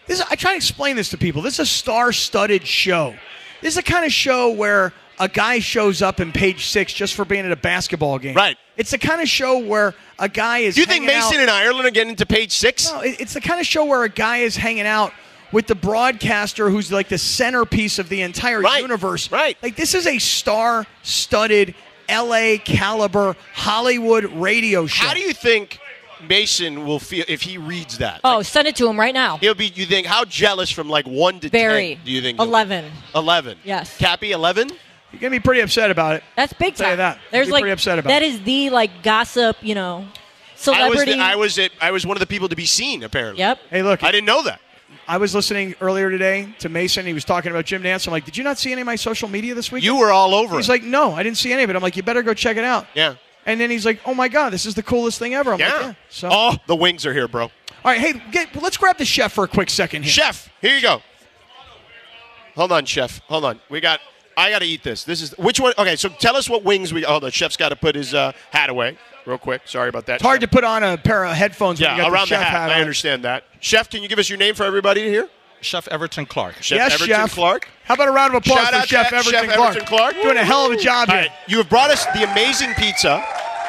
S5: this is, I try to explain this to people. This is a star-studded show. This is the kind of show where a guy shows up in page six just for being at a basketball game.
S4: Right.
S5: It's the kind of show where a guy is.
S4: Do you think
S5: hanging
S4: Mason
S5: out-
S4: and Ireland are getting into page six?
S5: No, it- it's the kind of show where a guy is hanging out with the broadcaster who's like the centerpiece of the entire
S4: Right.
S5: universe.
S4: Right.
S5: Like this is a star-studded, L.A. caliber Hollywood radio show.
S4: How do you think Mason will feel if he reads that?
S6: Oh, send it to him right now.
S4: He'll be. You think how jealous from like one to
S6: Very.
S4: ten? Do you think he'll Oh, be?
S6: 11.
S4: Eleven.
S6: Yes.
S4: Cappy eleven.
S5: You're gonna be pretty upset about it.
S6: That's big
S5: Tell you
S6: time.
S5: that. I'd
S6: There's
S5: be
S6: like
S5: pretty upset about
S6: that
S5: it.
S6: is the like gossip, you know,
S4: I was,
S6: celebrity.
S4: the, I was at, I was one of the people to be seen apparently.
S6: Yep.
S5: Hey, look.
S4: I didn't know that.
S5: I was listening earlier today to Mason. He was talking about Jim Nance. I'm like, did you not see any of my social media this week?
S4: You were all over.
S5: He's
S4: it.
S5: like, no, I didn't see any of it. I'm like, you better go check it out.
S4: Yeah.
S5: And then he's like, oh my god, this is the coolest thing ever. I'm
S4: yeah.
S5: like, yeah. So, all
S4: Oh, the wings are here, bro.
S5: right, hey, get, let's grab the chef for a quick second here.
S4: Chef, here you go. Hold on, chef. Hold on. We got. I got to eat this. This is which one? Okay, so tell us what wings we. Hold on, chef's got to put his uh, hat away real quick. Sorry about that.
S5: It's hard to put on a pair of headphones when you
S4: Yeah,
S5: got
S4: around
S5: the
S4: the
S5: chef
S4: hat.
S5: hat
S4: I
S5: on.
S4: understand that. Chef, can you give us your name for everybody to hear?
S8: Chef Everton Clark.
S4: Chef
S5: yes,
S4: Everton
S5: chef.
S4: Clark.
S5: How about a round of applause
S4: Shout
S5: for
S4: out
S5: Chef
S4: to
S5: Everton
S4: Chef
S5: Clark?
S4: Everton Clark.
S5: Doing a hell of a job
S4: All
S5: here.
S4: right, you have brought us the amazing pizza,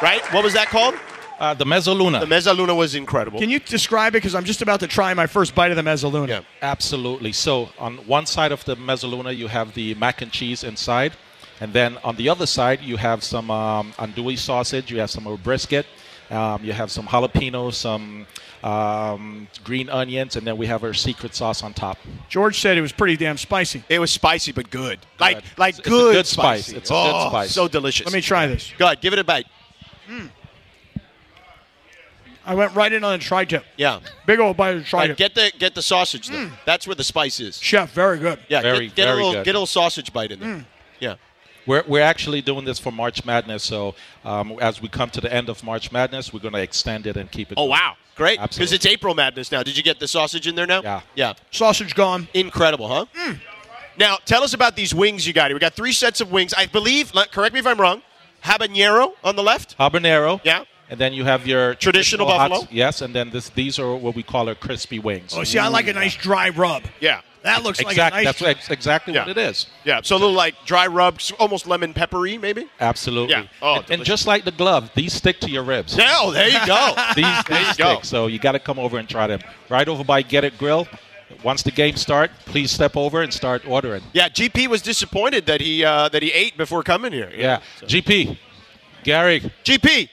S4: right? What was that called?
S8: Uh, the Mezzaluna.
S4: The mezzaluna was incredible.
S5: Can you describe it? Because I'm just about to try my first bite of the mezzaluna.
S4: Yeah.
S8: Absolutely. So on one side of the mezzaluna, you have the mac and cheese inside, and then on the other side, you have some um, andouille sausage. You have some uh, brisket. Um, you have some jalapenos, some um, green onions, and then we have our secret sauce on top.
S5: George said it was pretty damn spicy.
S4: It was spicy, but good. Like, like
S8: It's a
S4: good,
S8: good spice.
S4: spicy.
S8: It's a good
S4: Oh,
S8: spice.
S4: So delicious.
S5: Let me try this.
S4: Go ahead, give it a bite.
S5: I went right in on a tri tip.
S4: Yeah.
S5: Big old bite of tri
S4: Like,
S5: tip.
S4: get the get the sausage. There. That's where the spice is.
S5: Chef, very good.
S4: Yeah,
S8: Very,
S4: get, get a
S8: very
S4: little
S8: good.
S4: get a little sausage bite in there. Yeah.
S8: We're, we're actually doing this for March Madness, so um, as we come to the end of March Madness, we're going to extend it and keep it.
S4: Oh wow, great! Because
S8: Absolutely.
S4: it's April Madness now. Did you get the sausage in there now? Yeah. Yeah.
S5: Sausage gone.
S4: Incredible, huh? Now tell us about these wings you got. here. We got three sets of wings. I believe. let- Correct me if I'm wrong. Habanero on the left.
S8: habanero.
S4: Yeah.
S8: And then you have your
S4: Traditional
S8: hot-
S4: buffalo?
S8: yes, and then this these are what we call our crispy wings.
S5: Oh, see, I like a nice dry rub.
S4: Yeah.
S5: That looks
S8: exactly.
S5: like a nice
S8: that's ex- exactly
S4: Yeah.
S8: what it is.
S4: Yeah. So a little like dry rub, s- almost lemon peppery, maybe.
S8: Absolutely.
S4: Yeah. Oh,
S8: and, and
S4: delicious.
S8: just like the glove, these stick to your ribs.
S4: Yeah. oh, there you go.
S8: These,
S4: There
S8: these
S4: you
S8: stick.
S4: go.
S8: So you got to come over and try them. Right over by Get It Grill. Once the game start, please step over and start ordering.
S4: Yeah. GP was disappointed that he uh, that he ate before coming here.
S8: Yeah. GP, Gary,
S4: GP,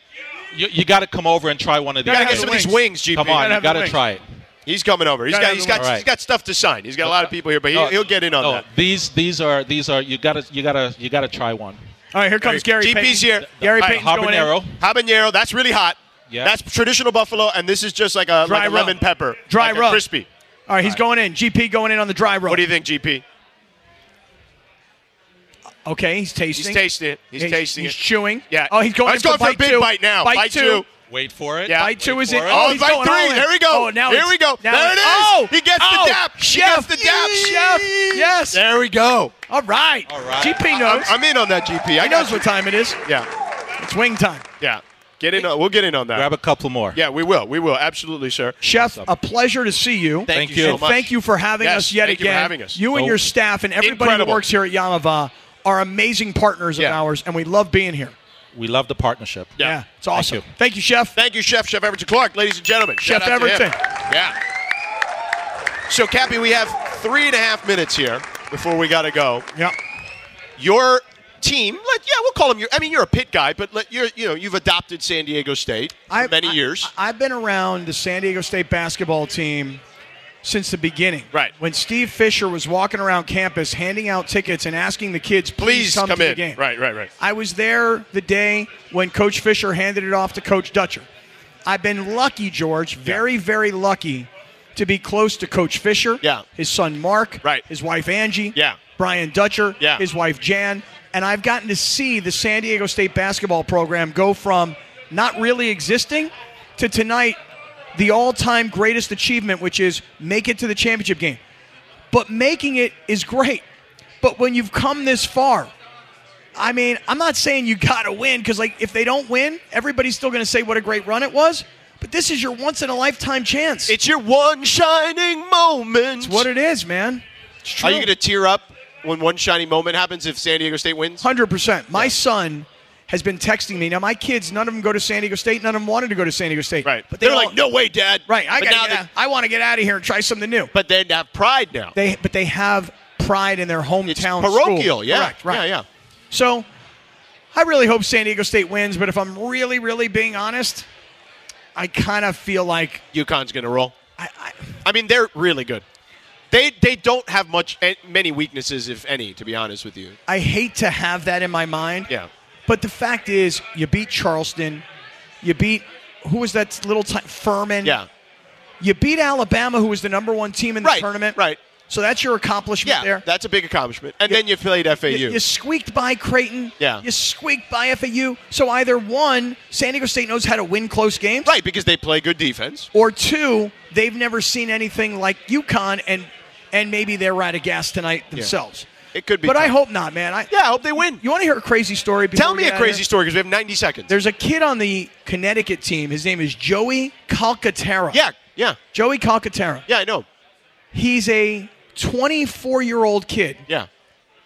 S8: you, you got to come over and try one of these.
S4: gotta
S5: have
S4: get
S5: the
S4: some of these wings,
S5: wings.
S4: GP.
S8: Come
S5: gotta
S8: on, you
S5: have
S8: got
S5: the
S8: to
S5: wings.
S8: try it.
S4: He's coming over. He's
S5: Gotta
S4: got
S5: have
S4: he's
S5: the
S4: got
S8: wings.
S4: he's got stuff to sign. He's got a lot of people here, but he,
S8: No,
S4: he'll get in on
S8: no,
S4: that.
S8: Oh, These these are these are you gotta you gotta you gotta try one.
S5: All right, here comes Gary
S4: GP's
S5: Payton.
S4: here.
S5: Gary
S4: All right,
S5: Payton's going in.
S8: Habanero.
S4: Habanero, that's really hot.
S8: Yeah.
S4: That's traditional buffalo, and this is just Uh, like a,
S5: Dry
S4: like a
S5: rub.
S4: lemon pepper.
S5: Dry
S4: like a
S5: rub.
S4: crispy.
S5: All right, he's going in. GP going in on the dry rub.
S4: What do you think, GP?
S5: Uh, okay, he's tasting.
S4: He's tasting it. He's tasting
S5: he's
S4: it.
S5: chewing.
S4: Yeah.
S5: Oh, he's going.
S4: Oh, he's going for a
S5: bite
S4: big
S5: two.
S4: bite now. Bite two.
S8: Wait for it.
S4: Yeah.
S5: Bite two is it?
S4: Oh,
S5: he's
S4: bite
S5: going
S4: three.
S5: all in.
S4: There we go.
S5: Oh, now
S4: There
S5: it's-
S4: we go.
S5: now
S4: There
S5: it's-
S4: it is.
S5: Oh,
S4: He gets the
S5: oh,
S4: dap. He
S5: Chef,
S4: gets the dap.
S5: Chef, yes.
S4: There we go.
S5: All right. All
S8: right.
S5: GP
S4: I'm,
S5: knows.
S4: I'm in on that, GP. I
S5: he
S4: got
S5: knows
S4: you.
S5: what time it is.
S4: Yeah.
S5: It's wing time.
S4: Yeah. Get in on. We'll get in on that.
S8: Grab a couple more.
S4: yeah, we will. We will. Absolutely, sir.
S5: Chef, a pleasure to see you.
S4: Thank you
S8: you.
S4: so much.
S5: Thank you for having
S4: Yes,
S5: us yet
S4: thank you for
S5: again.
S4: having us.
S5: You and
S8: Oh.
S5: your staff and everybody
S4: Incredible.
S5: who works here at Yamava are amazing partners of
S4: Yeah.
S5: ours, and we love being here.
S8: We love the partnership.
S4: Yeah.
S5: it's awesome.
S8: you.
S5: Thank you, Chef.
S4: Thank you, Chef Chef Everton Clark, ladies and gentlemen.
S5: Chef
S4: Shout out to him.
S5: Everton.
S4: Yeah. So, Cappy, we have three and a half minutes here before we got to go.
S5: Yeah.
S4: Your team, let, yeah, we'll call him your. I mean, you're a pit guy, but let, you're, you know, you've adopted San Diego State for
S5: I-
S4: many
S5: I-
S4: years.
S5: I've been around the San Diego State basketball team since the beginning.
S4: Right.
S5: When Steve Fisher was walking around campus handing out tickets and asking the kids, please,
S4: Please come,
S5: to
S4: in.
S5: the game.
S4: Right, right, right.
S5: I was there the day when Coach Fisher handed it off to Coach Dutcher. I've been lucky, George, very, very lucky to be close to Coach Fisher,
S4: Yeah.
S5: his son Mark,
S4: Right.
S5: his wife Angie,
S4: Yeah.
S5: Brian Dutcher,
S4: Yeah.
S5: his wife Jan, and I've gotten to see the San Diego State basketball program go from not really existing to tonight the all-time greatest achievement, which is make it to the championship game. But making it is great. But when you've come this far, I mean, I'm not saying you got to win because, like, if they don't win, everybody's still going to say what a great run it was. But this is your once in a lifetime chance.
S4: It's your one shining moment.
S5: It's what it is, man. It's true.
S4: Are you going to tear up when one shining moment happens if San Diego State wins?
S5: Hundred percent. My son has been texting me now. My kids, none of them go to San Diego State. None of them wanted to go to San Diego State.
S4: Right.
S5: But
S4: But
S5: they
S4: they're
S5: all-
S4: like, no way, Dad.
S5: Right. I
S4: but now
S5: got.
S4: they-
S5: I want to get out of here and try something new.
S4: But they have pride now.
S5: They, but they have pride in their hometown.
S4: it's
S5: school.
S4: parochial. Yeah.
S5: Correct, right.
S4: Yeah. Yeah.
S5: So, I really hope San Diego State wins. But if I'm really, really being honest, I kind of feel like
S4: UConn's going to roll.
S5: I, I,
S4: I mean, they're really good. They they don't have much eh, many weaknesses, if any, to be honest with you.
S5: I hate to have that in my mind.
S4: Yeah.
S5: But the fact is, you beat Charleston. You beat who was that little ti Furman?
S4: Yeah,
S5: You beat Alabama, who was the number one team in the
S4: Right,
S5: tournament.
S4: right.
S5: So that's your accomplishment
S4: yeah,
S5: there.
S4: that's a big accomplishment. And then you played FAU.
S5: You, you squeaked by Creighton.
S4: Yeah.
S5: You squeaked by FAU. So either one, San Diego State knows how to win close games.
S4: right, because they play good defense.
S5: Or two, they've never seen anything like UConn, and and maybe they're out of gas tonight themselves.
S4: It could be
S5: But I
S4: tough.
S5: hope not, man. I,
S4: Yeah, I hope they win.
S5: You want to hear a crazy story? before
S4: Tell
S5: we
S4: me
S5: get
S4: a
S5: out of
S4: crazy
S5: here?
S4: story because we have 90 seconds.
S5: There's a kid on the Connecticut team. His name is Joey Calcaterra.
S4: yeah, yeah,
S5: Joey Calcaterra.
S4: yeah. I know.
S5: He's a 24 year old kid
S4: Yeah,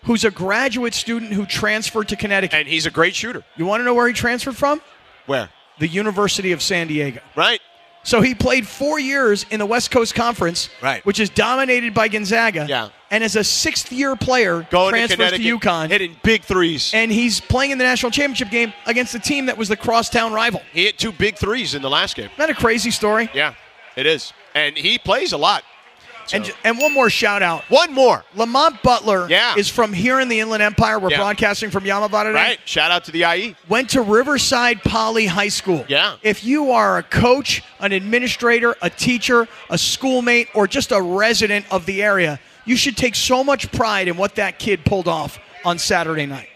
S5: who's a graduate student who transferred to Connecticut.
S4: and he's a great shooter.
S5: you want to know where he transferred from?
S4: Where?
S5: The University of San Diego.
S4: Right.
S5: So he played four years in the West Coast Conference,
S4: Right.
S5: which is dominated by Gonzaga.
S4: Yeah.
S5: And as a sixth-year player,
S4: Going to
S5: transfers to,
S4: Connecticut,
S5: UConn,
S4: hitting big threes,
S5: and he's playing in the national championship game against the team that was the crosstown rival.
S4: He hit two big threes in the last game.
S5: Not a crazy story.
S4: Yeah, it is. And he plays a lot.
S5: And, and one more shout out.
S4: One more.
S5: Lamont Butler
S4: Yeah.
S5: is from here in the Inland Empire. We're
S4: Yeah.
S5: broadcasting from Yamava today.
S4: Right? Shout out to the IE.
S5: Went to Riverside Poly High School.
S4: Yeah.
S5: If you are a coach, an administrator, a teacher, a schoolmate, or just a resident of the area, you should take so much pride in what that kid pulled off on Saturday night.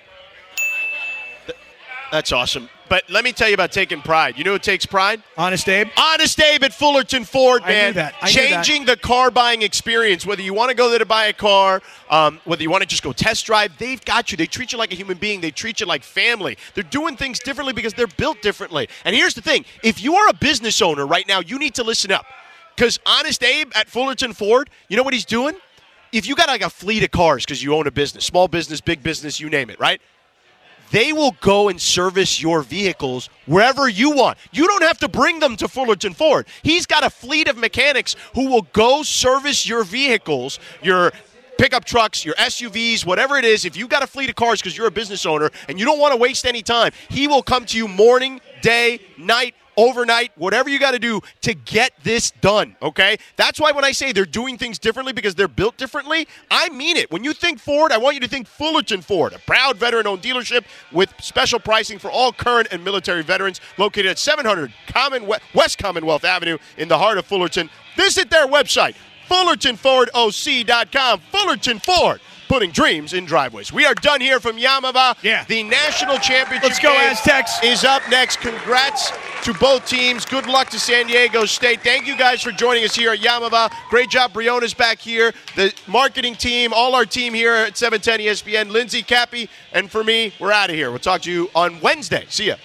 S4: That's awesome. But let me tell you about taking pride. You know who takes pride?
S5: Honest Abe?
S4: Honest Abe at Fullerton Ford,
S5: I knew
S4: man.
S5: that. I knew that.
S4: Changing the car buying experience. Whether you want to go there to buy a car, um, whether you want to just go test drive, they've got you. They treat you like a human being. They treat you like family. They're doing things differently because they're built differently. And here's the thing: if you are a business owner right now, you need to listen up, because Honest Abe at Fullerton Ford, you know what he's doing? If you got like a fleet of cars because you own a business, small business, big business, you name it, right? they will go and service your vehicles wherever you want. You don't have to bring them to Fullerton Ford. He's got a fleet of mechanics who will go service your vehicles, your pickup trucks, your SUVs, whatever it is. If you've got a fleet of cars because you're a business owner and you don't want to waste any time, he will come to you morning, day, night, overnight, whatever you got to do to get this done, okay? That's why when I say they're doing things differently because they're built differently, I mean it. When you think Ford, I want you to think Fullerton Ford, a proud veteran owned dealership with special pricing for all current and military veterans located at 700 Commonwe- West Commonwealth Avenue in the heart of Fullerton. Visit their website, FullertonFordOC.com. Fullerton Ford. Putting dreams in driveways. We are done here from Yamava.
S5: Yeah.
S4: The national championship
S5: Let's go,
S4: game
S5: Aztecs.
S4: is up next. Congrats to both teams. Good luck to San Diego State. Thank you guys for joining us here at Yamava. Great job. Briona's back here. The marketing team, all our team here E at 710 ESPN, Lindsey Cappy, and for me, we're out of here. We'll talk to you on Wednesday. See ya.